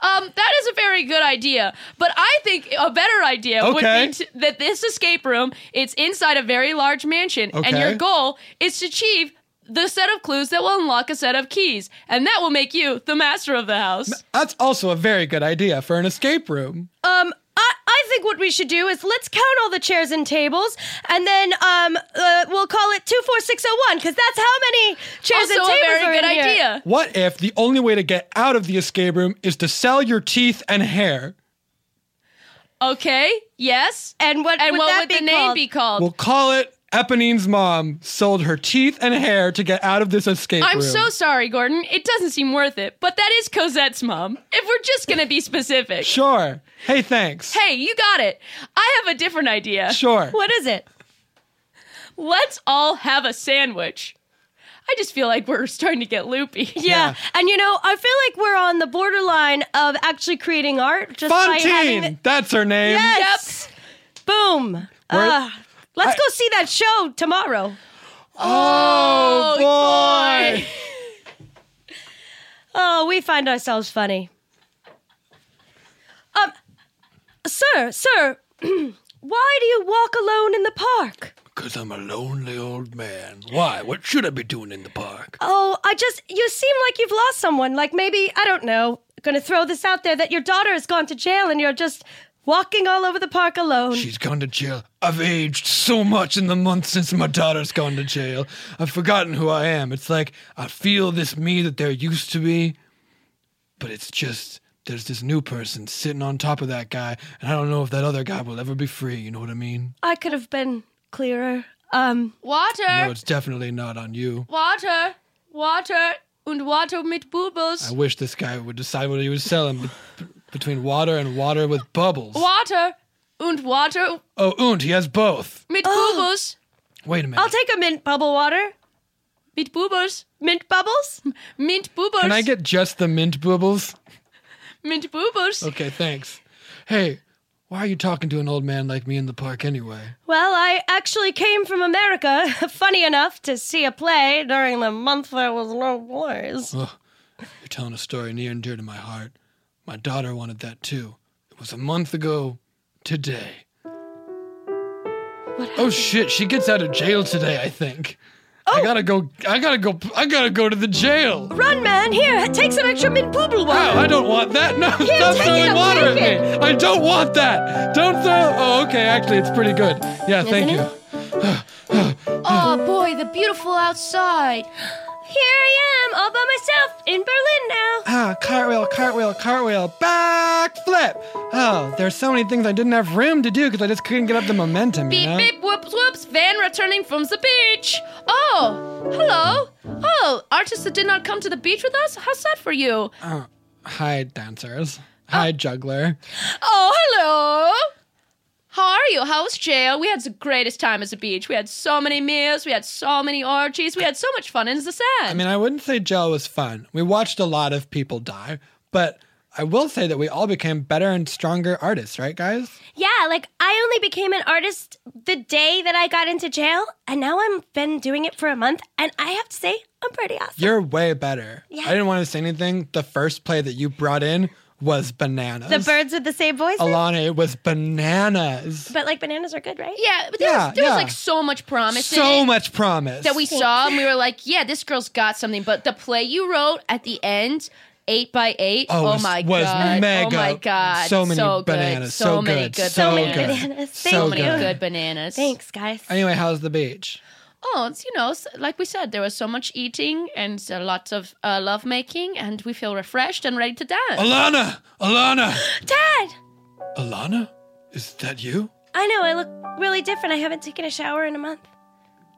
um, that is a very good idea, but I think a better idea Okay. would be to, that this escape room it's inside a very large mansion, and Okay. your goal is to achieve the set of clues that will unlock a set of keys, and that will make you the master of the house. That's also a very good idea for an escape room. Um, I, I think what we should do is let's count all the chairs and tables, and then um, uh, we'll call it two four six zero one because that's how many chairs also, and a tables are very good in here. idea. What if the only way to get out of the escape room is to sell your teeth and hair? Okay. Yes. And what And would what that would be the name called? be called? We'll call it Eponine's mom sold her teeth and hair to get out of this escape I'm room. so sorry, Gordon. It doesn't seem worth it, but that is Cosette's mom. If we're just gonna be specific. sure. Hey, thanks. Hey, you got it. I have a different idea. Sure. What is it? Let's all have a sandwich. I just feel like we're starting to get loopy. Yeah. Yeah. and you know, I feel like we're on the borderline of actually creating art just by having. Fontaine. That's her name. Yes. Boom. We're- Uh, let's I- go see that show tomorrow. Oh, boy. Oh, we find ourselves funny. Um, sir, sir, why do you walk alone in the park? Because I'm a lonely old man. Why? What should I be doing in the park? Oh, I just, you seem like you've lost someone. Like maybe, I don't know, gonna throw this out there that your daughter has gone to jail and you're just walking all over the park alone. She's gone to jail. I've aged so much in the months since my daughter's gone to jail. I've forgotten who I am. It's like I feel this me that there used to be, but it's just there's this new person sitting on top of that guy, and I don't know if that other guy will ever be free. You know what I mean? I could have been clearer. Um, Water. No, it's definitely not on you. Water. Water. Und Water mit I Bubbles. wish this guy would decide what he was selling be- between water and water with bubbles. Water. Und Water Oh, und he has both. mit Oh. Bubbles. Wait a minute. I'll take a mint bubble water. Mit Bubbles. Mint bubbles? Mint Bubbles. Can I get just the mint bubbles? Mint Oh. Bubbles. Okay, thanks. Hey, why are you talking to an old man like me in the park anyway? Well, I actually came from America, funny enough, to see a play during the month there was no wars. You're telling a story near and dear to my heart. My daughter wanted that too. It was a month ago today. oh shit, she gets out of jail today, I think. I gotta go I gotta go I gotta go to the jail. Oh! Run, man! Here, take some extra mint bubble Ow, water. I don't want that. No, stop take throwing it, water at take me. I don't want that. Don't throw. Oh, okay. Actually, it's pretty good. Yeah, thank Isn't you. it? Oh boy, the beautiful outside. Here I am, all by myself in Berlin now. Ah, cartwheel, cartwheel, cartwheel, back flip. Oh, there's so many things I didn't have room to do because I just couldn't get up the momentum. Beep you know? beep whoops whoops van returning from the beach. Oh, hello. Oh, artists that did not come to the beach with us? How's that for you? Uh, Hi, dancers. Hi, juggler. Oh, hello. How are you? How was jail? We had the greatest time at the beach. We had so many meals, we had so many orgies, we had so much fun in the sand. I mean, I wouldn't say jail was fun. We watched a lot of people die, but I will say that we all became better and stronger artists, right, guys? Yeah, like I only became an artist the day that I got into jail, and now I've been doing it for a month, and I have to say, I'm pretty awesome. You're way better. Yeah. I didn't want to say anything. The first play that you brought in was bananas. The birds with the same voices, Alana, it was bananas. but like bananas are good, right? yeah, but there, yeah, was, there yeah. was like so much promise So in it much promise. that we saw, and we were like, yeah, this girl's got something. But the play you wrote at the end, eight by eight, Oh, oh was- my was god, mega. oh my god, So many so good, bananas, so, so many good, good, so bananas. good. Bananas. Thank So so you. many good. good bananas. Thanks, guys. Anyway, how's the beach? Oh, it's you know, s- like we said, there was so much eating and uh, lots of uh, love making, and we feel refreshed and ready to dance. Oh. Alana! Alana! Dad, Alana? Is that you? I know I look really different. I haven't taken a shower in a month.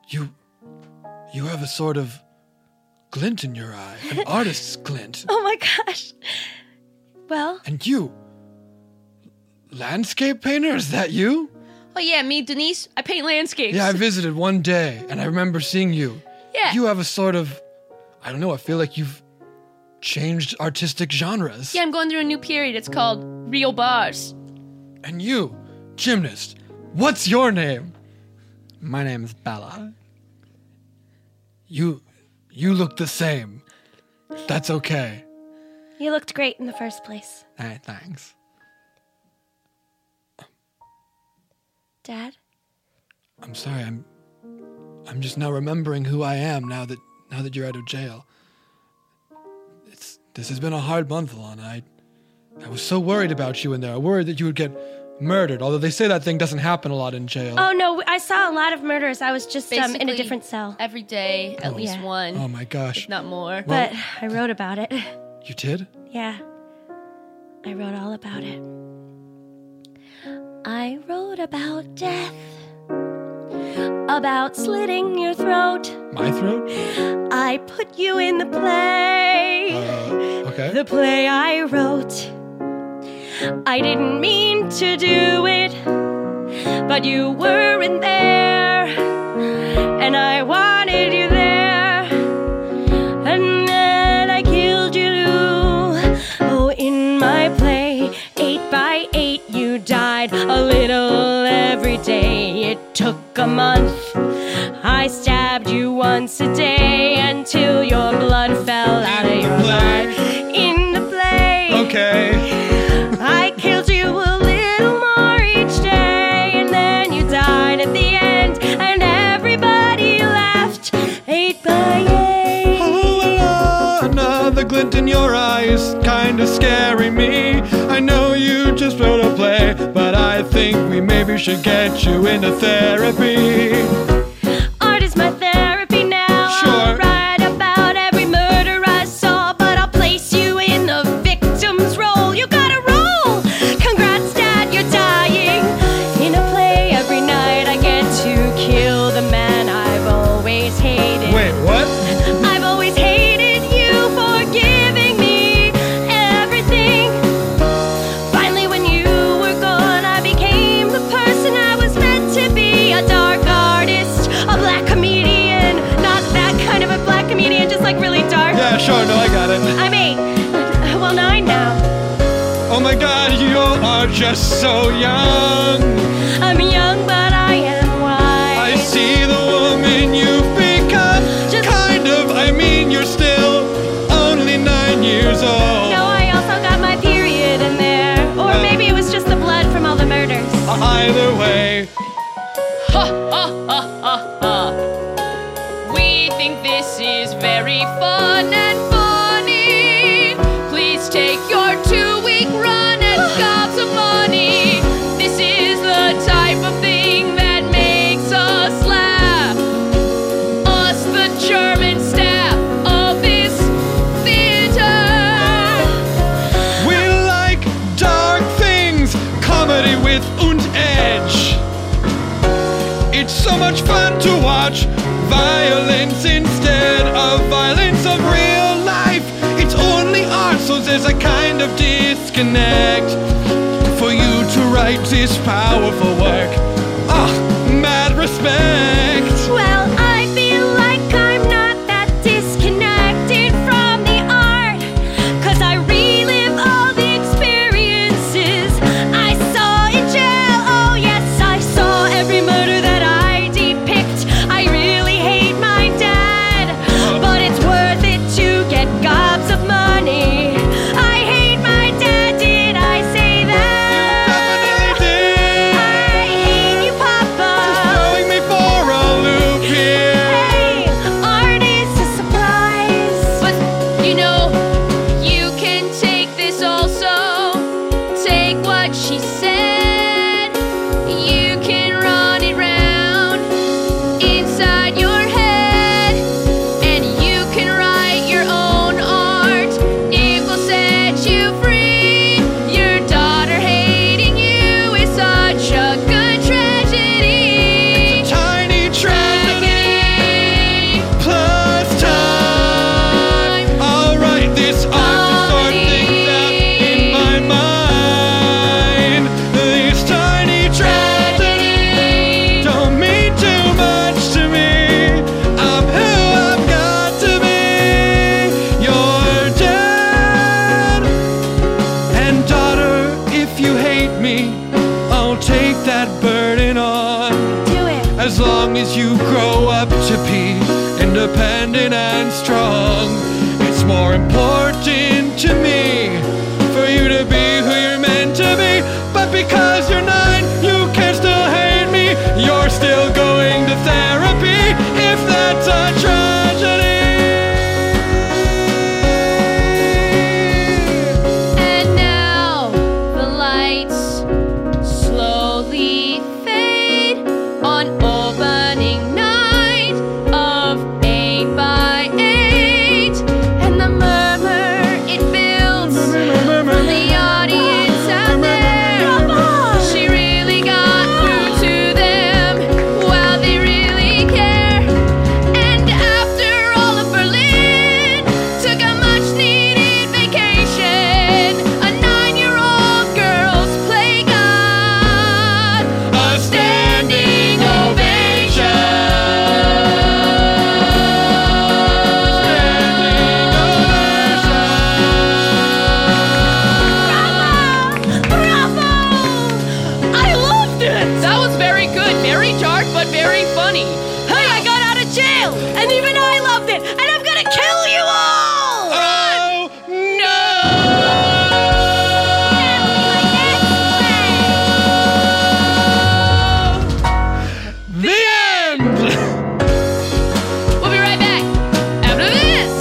You. You have a sort of glint in your eye, an artist's glint. Oh my gosh. Well, And you. landscape painter? Is that you? Oh yeah, me, Denise. I paint landscapes. Yeah, I visited one day and I remember seeing you. Yeah. You have a sort of, I don't know, I feel like you've changed artistic genres. Yeah, I'm going through a new period. It's called real bars. And you, gymnast, what's your name? My name is Bella. You, you look the same. That's okay. You looked great in the first place. All right, thanks. Dad? I'm sorry. I'm, I'm just now remembering who I am now that now that you're out of jail. It's this has been a hard month, Alana. I, I was so worried about you in there. I worried that you would get murdered. Although they say that thing doesn't happen a lot in jail. Oh no, I saw a lot of murders. I was just um, in a Basically, different cell. Every day, at least Yeah. one, Oh my gosh. if not more. But I wrote about it. You did? Yeah. I wrote all about it. I wrote about death, about slitting your throat. My throat? I put you in the play. Okay. The play I wrote. I didn't mean to do it, but you weren't there, and I wanted you there, and then I killed you. Oh, in my play, eight by eight, you died a little every day. It took a month. I stabbed you once a day until your blood fell out of your Play. body. In the play. Okay. I killed you a little more each day, and then you died at the end, and everybody left eight by eight. Oh, Alana, the glint in your eye is kind of scary me. I know you just wrote a play, but I think we maybe should get you into therapy. Art is my therapy now. I'll Sure. write about every murder I saw, but I'll place you in the victim's role. You gotta roll. Congrats, Dad, you're dying. In a play every night, I get to kill the man I've always hated. Wait, what? I've always hated you for giving me everything. Finally, when you were gone, I became the person I was meant to be a dark artist, a black comedian. Not that kind of a black comedian, just like really dark. Yeah, sure, no, I got it. I'm eight. Well, nine now. Oh my god, you are just so young. I'm young, but I am I wise. see the woman you've become. Just- Kind of, I mean, you're still only nine years old. No, I also got my period in there. Or Well- maybe it was just the blood from all the murders. Either way, We think this is very fun and funny. Please take your two week run and gob some money. This is the type of thing that makes us laugh. Us, the German staff of this theater. we like dark things, comedy with und edge. It's so much fun to watch violence instead of violence of real life. It's only art, so there's a kind of disconnect for you to write this powerful work. Ah, mad respect. Well, I feel like I'm not that disconnected from the art. Cause I relive all the experiences I saw in jail. Oh, yes, I saw every murder that I depict. I really hate my dad, but it's worth it to get gobs of money. I hate my dad, did I say that? Definitely did. I hate you, Papa. Throwing me for a as you grow up to be independent and strong, it's more important to me for you to be who you're meant to be. But because you're nine, you can still hate me. You're still going to therapy if that's a tragedy. And now the lights slowly fade on opening night of 8 by 8 And the murmur it builds from the audience out there She really got through to them Wow, they really care And after all of Berlin took a much needed vacation A nine-year-old girl's playground A standing I loved it! That was very good. Very dark, but very funny. Hey, I got out of jail! And even I loved it! And I'm gonna kill you all! Oh Uh. no! The end. We'll be right back after this!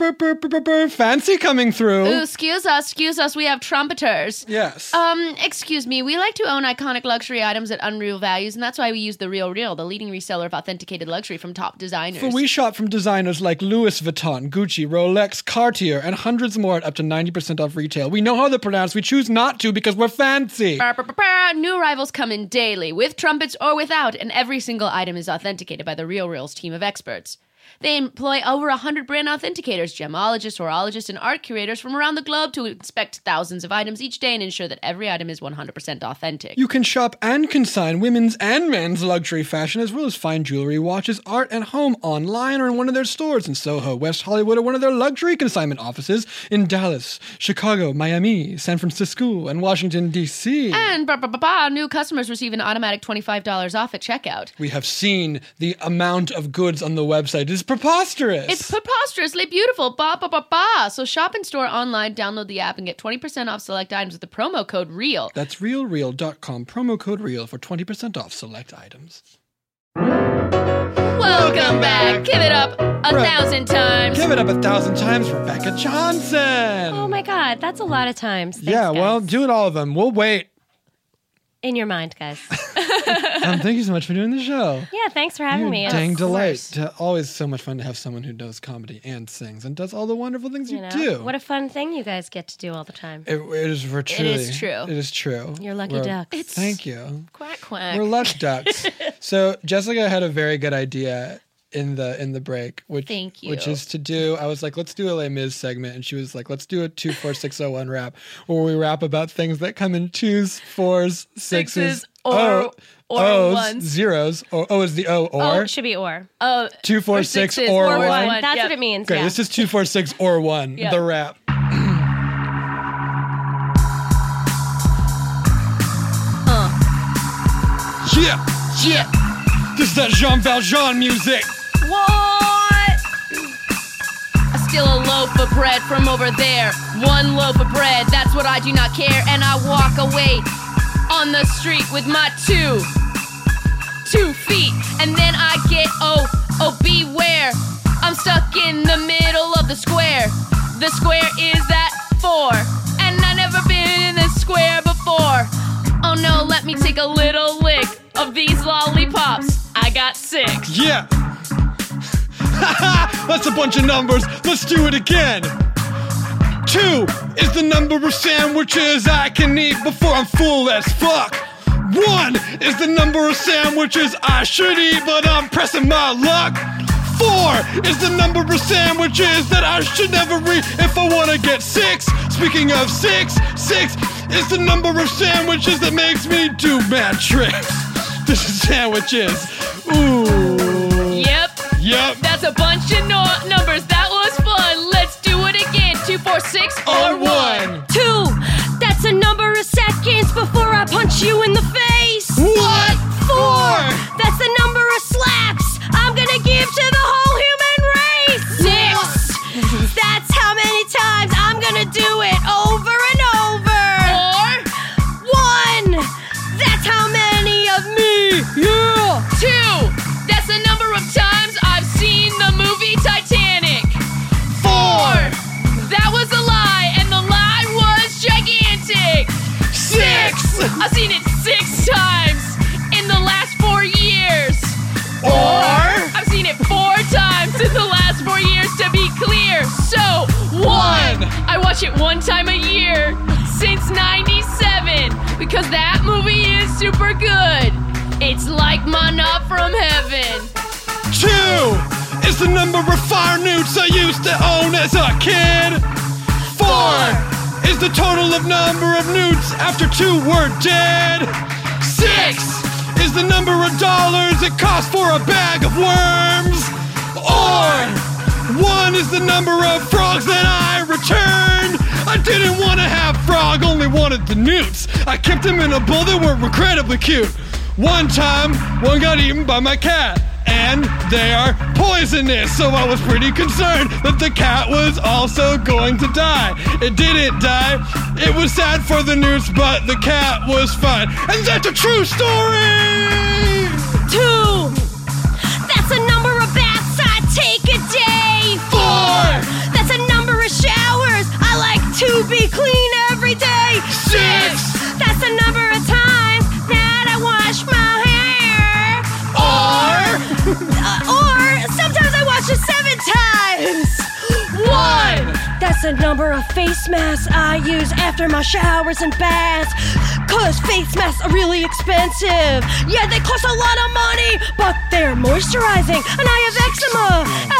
Fancy coming Ooh, through. excuse us, excuse us, we have trumpeters. Yes. Um, excuse me, we like to own iconic luxury items at unreal values, and that's why we use The Real Real, the leading reseller of authenticated luxury from top designers. So we shop from designers like Louis Vuitton, Gucci, Rolex, Cartier, and hundreds more at up to 90% off retail. We know how they're pronounced. We choose not to because we're fancy. Bah, bah, bah, bah. New arrivals come in daily, with trumpets or without, and every single item is authenticated by the Real Real's team of experts. They employ over 100 brand authenticators, gemologists, horologists, and art curators from around the globe to inspect thousands of items each day and ensure that every item is 100% authentic. You can shop and consign women's and men's luxury fashion, as well as fine jewelry, watches, art, and home online or in one of their stores in Soho, West Hollywood, or one of their luxury consignment offices in Dallas, Chicago, Miami, San Francisco, and Washington, D.C. and bah, bah, bah, bah, new customers receive an automatic $25 off at checkout. we have seen the amount of goods on the website. It is preposterous. It's preposterously beautiful. Ba ba ba ba. So shop in store online, download the app, and get 20% off select items with the promo code REAL. That's realreal.com, promo code REAL for 20% off select items. Welcome back. Give it up a Right. thousand times. Give it up a thousand times, Rebecca Johnson. Oh my god, that's a lot of times. Thanks, yeah, well, guys. do it all of them. We'll wait. in your mind, guys. um, thank you so much for doing the show. Yeah, thanks for having You me. dang Of delight. course. To- always so much fun to have someone who knows comedy and sings and does all the wonderful things you, You know, do. What a fun thing you guys get to do all the time. it, it is for truly. is true. It is true. You're lucky We're- ducks. It's- Thank you. Quack quack. We're luck ducks. so Jessica had a very good idea in the in the break, which Thank which you. is to do. I was like, let's do a Les Mis segment, and she was like, let's do a two four six zero one rap, where we rap about things that come in twos, fours, sixes, Sixes or- or O's, ones. zeros, or oh is the O oh, or it should be or. Oh, two four or six sixes, or, or one. one. That's yep. what it means. Okay, yeah. this is two four six or one. Yeah. The rap. Yeah, yeah. This is that Jean Valjean music. what? Still a loaf of bread from over there. One loaf of bread, that's what I do not care. And I walk away on the street with my two, two feet. And then I get, oh, oh, beware. I'm stuck in the middle of the square. The square is that four. And I've never been in this square before. Oh no, let me take a little lick of these lollipops. I got six. Yeah. That's a bunch of numbers. Let's do it again. Two is the number of sandwiches I can eat before I'm full as fuck. One is the number of sandwiches I should eat, but I'm pressing my luck. Four is the number of sandwiches that I should never eat if I wanna get six. Speaking of six, six is the number of sandwiches that makes me do mad tricks. This is sandwiches. Ooh. Yep, Yep. that's a bunch of no- numbers. That was fun. Let's do it six, Or four, one, two. That's a number of seconds before I punch you in the face. What? Four. That's the number of slaps I'm gonna give to the whole human race. Six. That's how many times I'm gonna do it over and over. Four. One. That's how many of me. Yeah. Two! That's the number of times I've seen the movie Titanic. Four! That was a lie, and the lie was gigantic. Six! I've seen it six times in the last four years. Or. I've seen it four times in the last four years, to be clear. Oh, So, one! I watch it one time a year since 97 because that movie is super good. It's like Mana from Heaven. Two is the number of fire newts I used to own as a kid. Four is the total of number of newts after two were dead. Six is the number of dollars it costs for a bag of worms. Or one is the number of frogs that I returned. I didn't want to have frog, only wanted the newts. I kept them in a bowl that were incredibly cute. One time, one got eaten by my cat, and they are poisonous, so I was pretty concerned that the cat was also going to die. It didn't die. It was sad for the news, but the cat was fine. And that's a true story! Two. That's a number of baths I take a day. Four, That's a number of showers. I like to be clean every day. Six. That's the number of times that I wash my hair. or, Uh, or sometimes I wash it seven times. one! That's the number of face masks I use after my showers and baths. Cause face masks are really expensive. Yeah, they cost a lot of money, but they're moisturizing. And I have eczema.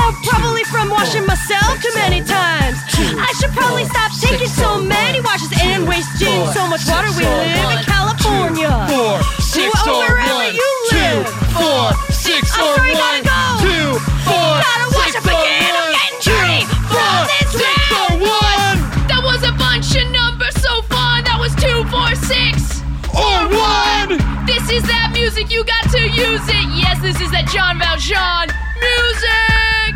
Uh, probably from washing myself too many times. I should probably stop taking so many washes and wasting so much water. We live in California. Four, six, Well, or wherever one, you two, live. four, six, I'm or sorry, one, gotta go. two, four, Gotta wash six, up again, or I'm one, getting two, dirty from four, this six, or round. one, That was a bunch of numbers so fun. That was two, four, six. or one. This is that music, you got to use it. Yes, this is that John Valjean music.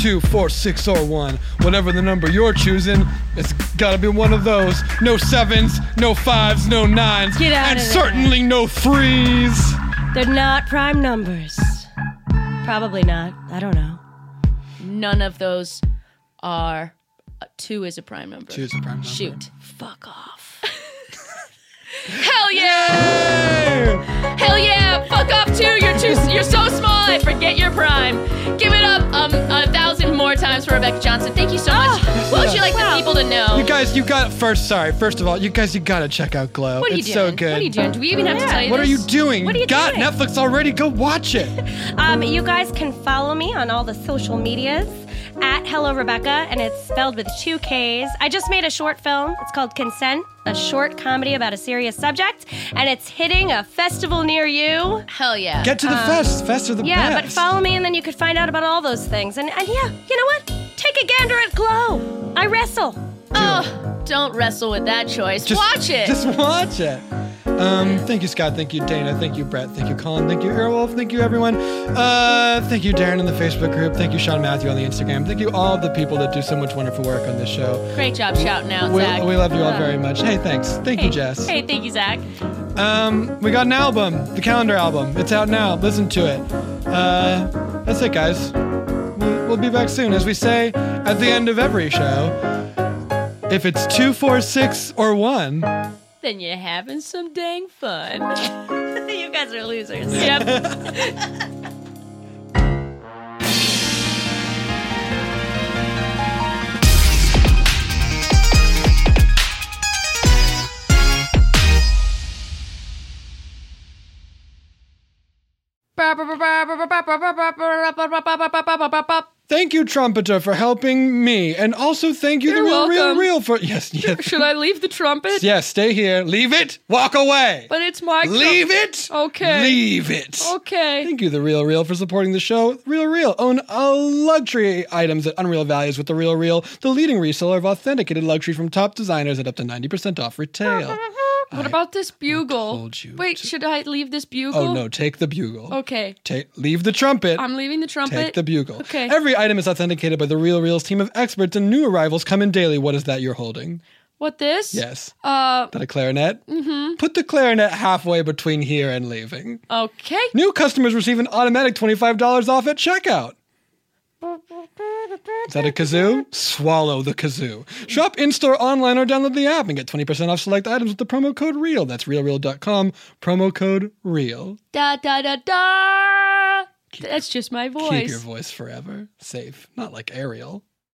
two, four, six, or one. Whatever the number you're choosing, it's gotta be one of those. No sevens, no fives, no nines, Get out and of there. certainly no threes. They're not prime numbers. Probably not. I don't know. None of those are. Uh, two is a prime number. Two is a prime number. Shoot. Fuck off. Hell yeah! Hell yeah! Fuck off too. You're too. You're so small. I forget your prime. Give it up um, a thousand more times for Rebecca Johnson. Thank you so much. what would Ah, you like the people to know? You guys, you got first. Sorry, first of all, you guys, you gotta check out Glow. what are you it's doing? so good. What are you doing? Do we even have to tell you What are this? you doing? What are you got doing? Netflix already. Go watch it. Um, you guys can follow me on all the social medias at Hello Rebecca, and it's spelled with two K's. I just made a short film. It's called Consent, a short comedy about a serious subject, and it's hitting a festival near you. Hell yeah. Get to the fest. Fest are the Um, Yeah, but best. follow me, and then you could find out about all those things. And, and yeah, you know what? Take a gander at Glow. I wrestle. Oh, don't wrestle with that choice. Just- Watch it. Just watch it. Um, thank you, Scott. Thank you, Dana. Thank you, Brett. Thank you, Colin. Thank you, Earwolf. Thank you, everyone. Uh, thank you, Darren, in the Facebook group. Thank you, Sean Matthew, on the Instagram. Thank you, all the people that do so much wonderful work on this show. Great job shouting out, We, Zach. we love you all very much. Hey, thanks. Thank you, Jess. Hey, thank you, Zach. Um, we got an album, the calendar album. It's out now. Listen to it. Uh, that's it, guys. We'll, we'll be back soon. As we say at the end of every show, if it's two, four, six, or one. Then you're having some dang fun. you guys are losers. Yep. Thank Thank you, trumpeter, for helping me, and also thank you, the You're real, real, welcome. real, for yes, yes, Should I leave the trumpet? yes. Stay here. Leave it. Walk away. But it's my Leave trum- it. Okay. Leave it. Okay. Thank you, The Real Real, for supporting the show. Real Real own uh, luxury items at unreal values with The Real Real, the leading reseller of authenticated luxury from top designers at up to 90% off retail. What about this bugle? told you Wait, to- should I leave this bugle? Oh no, take the bugle. Okay. Take, leave the trumpet. I'm leaving the trumpet. Take the bugle. Um, Okay. Every item is authenticated by the Real Real's team of experts, and new arrivals come in daily. What is that you're holding? what this? Yes. Uh That a clarinet? Mm-hmm. Put the clarinet halfway between here and leaving. okay. New customers receive an automatic $25 off at checkout. Is that a kazoo? Swallow the kazoo. Shop in store, online, or download the app and get 20% off select items with the promo code REAL. That's realreal.com, promo code REAL. Da da da da. That's just my voice. Keep your voice forever safe, not like Ariel.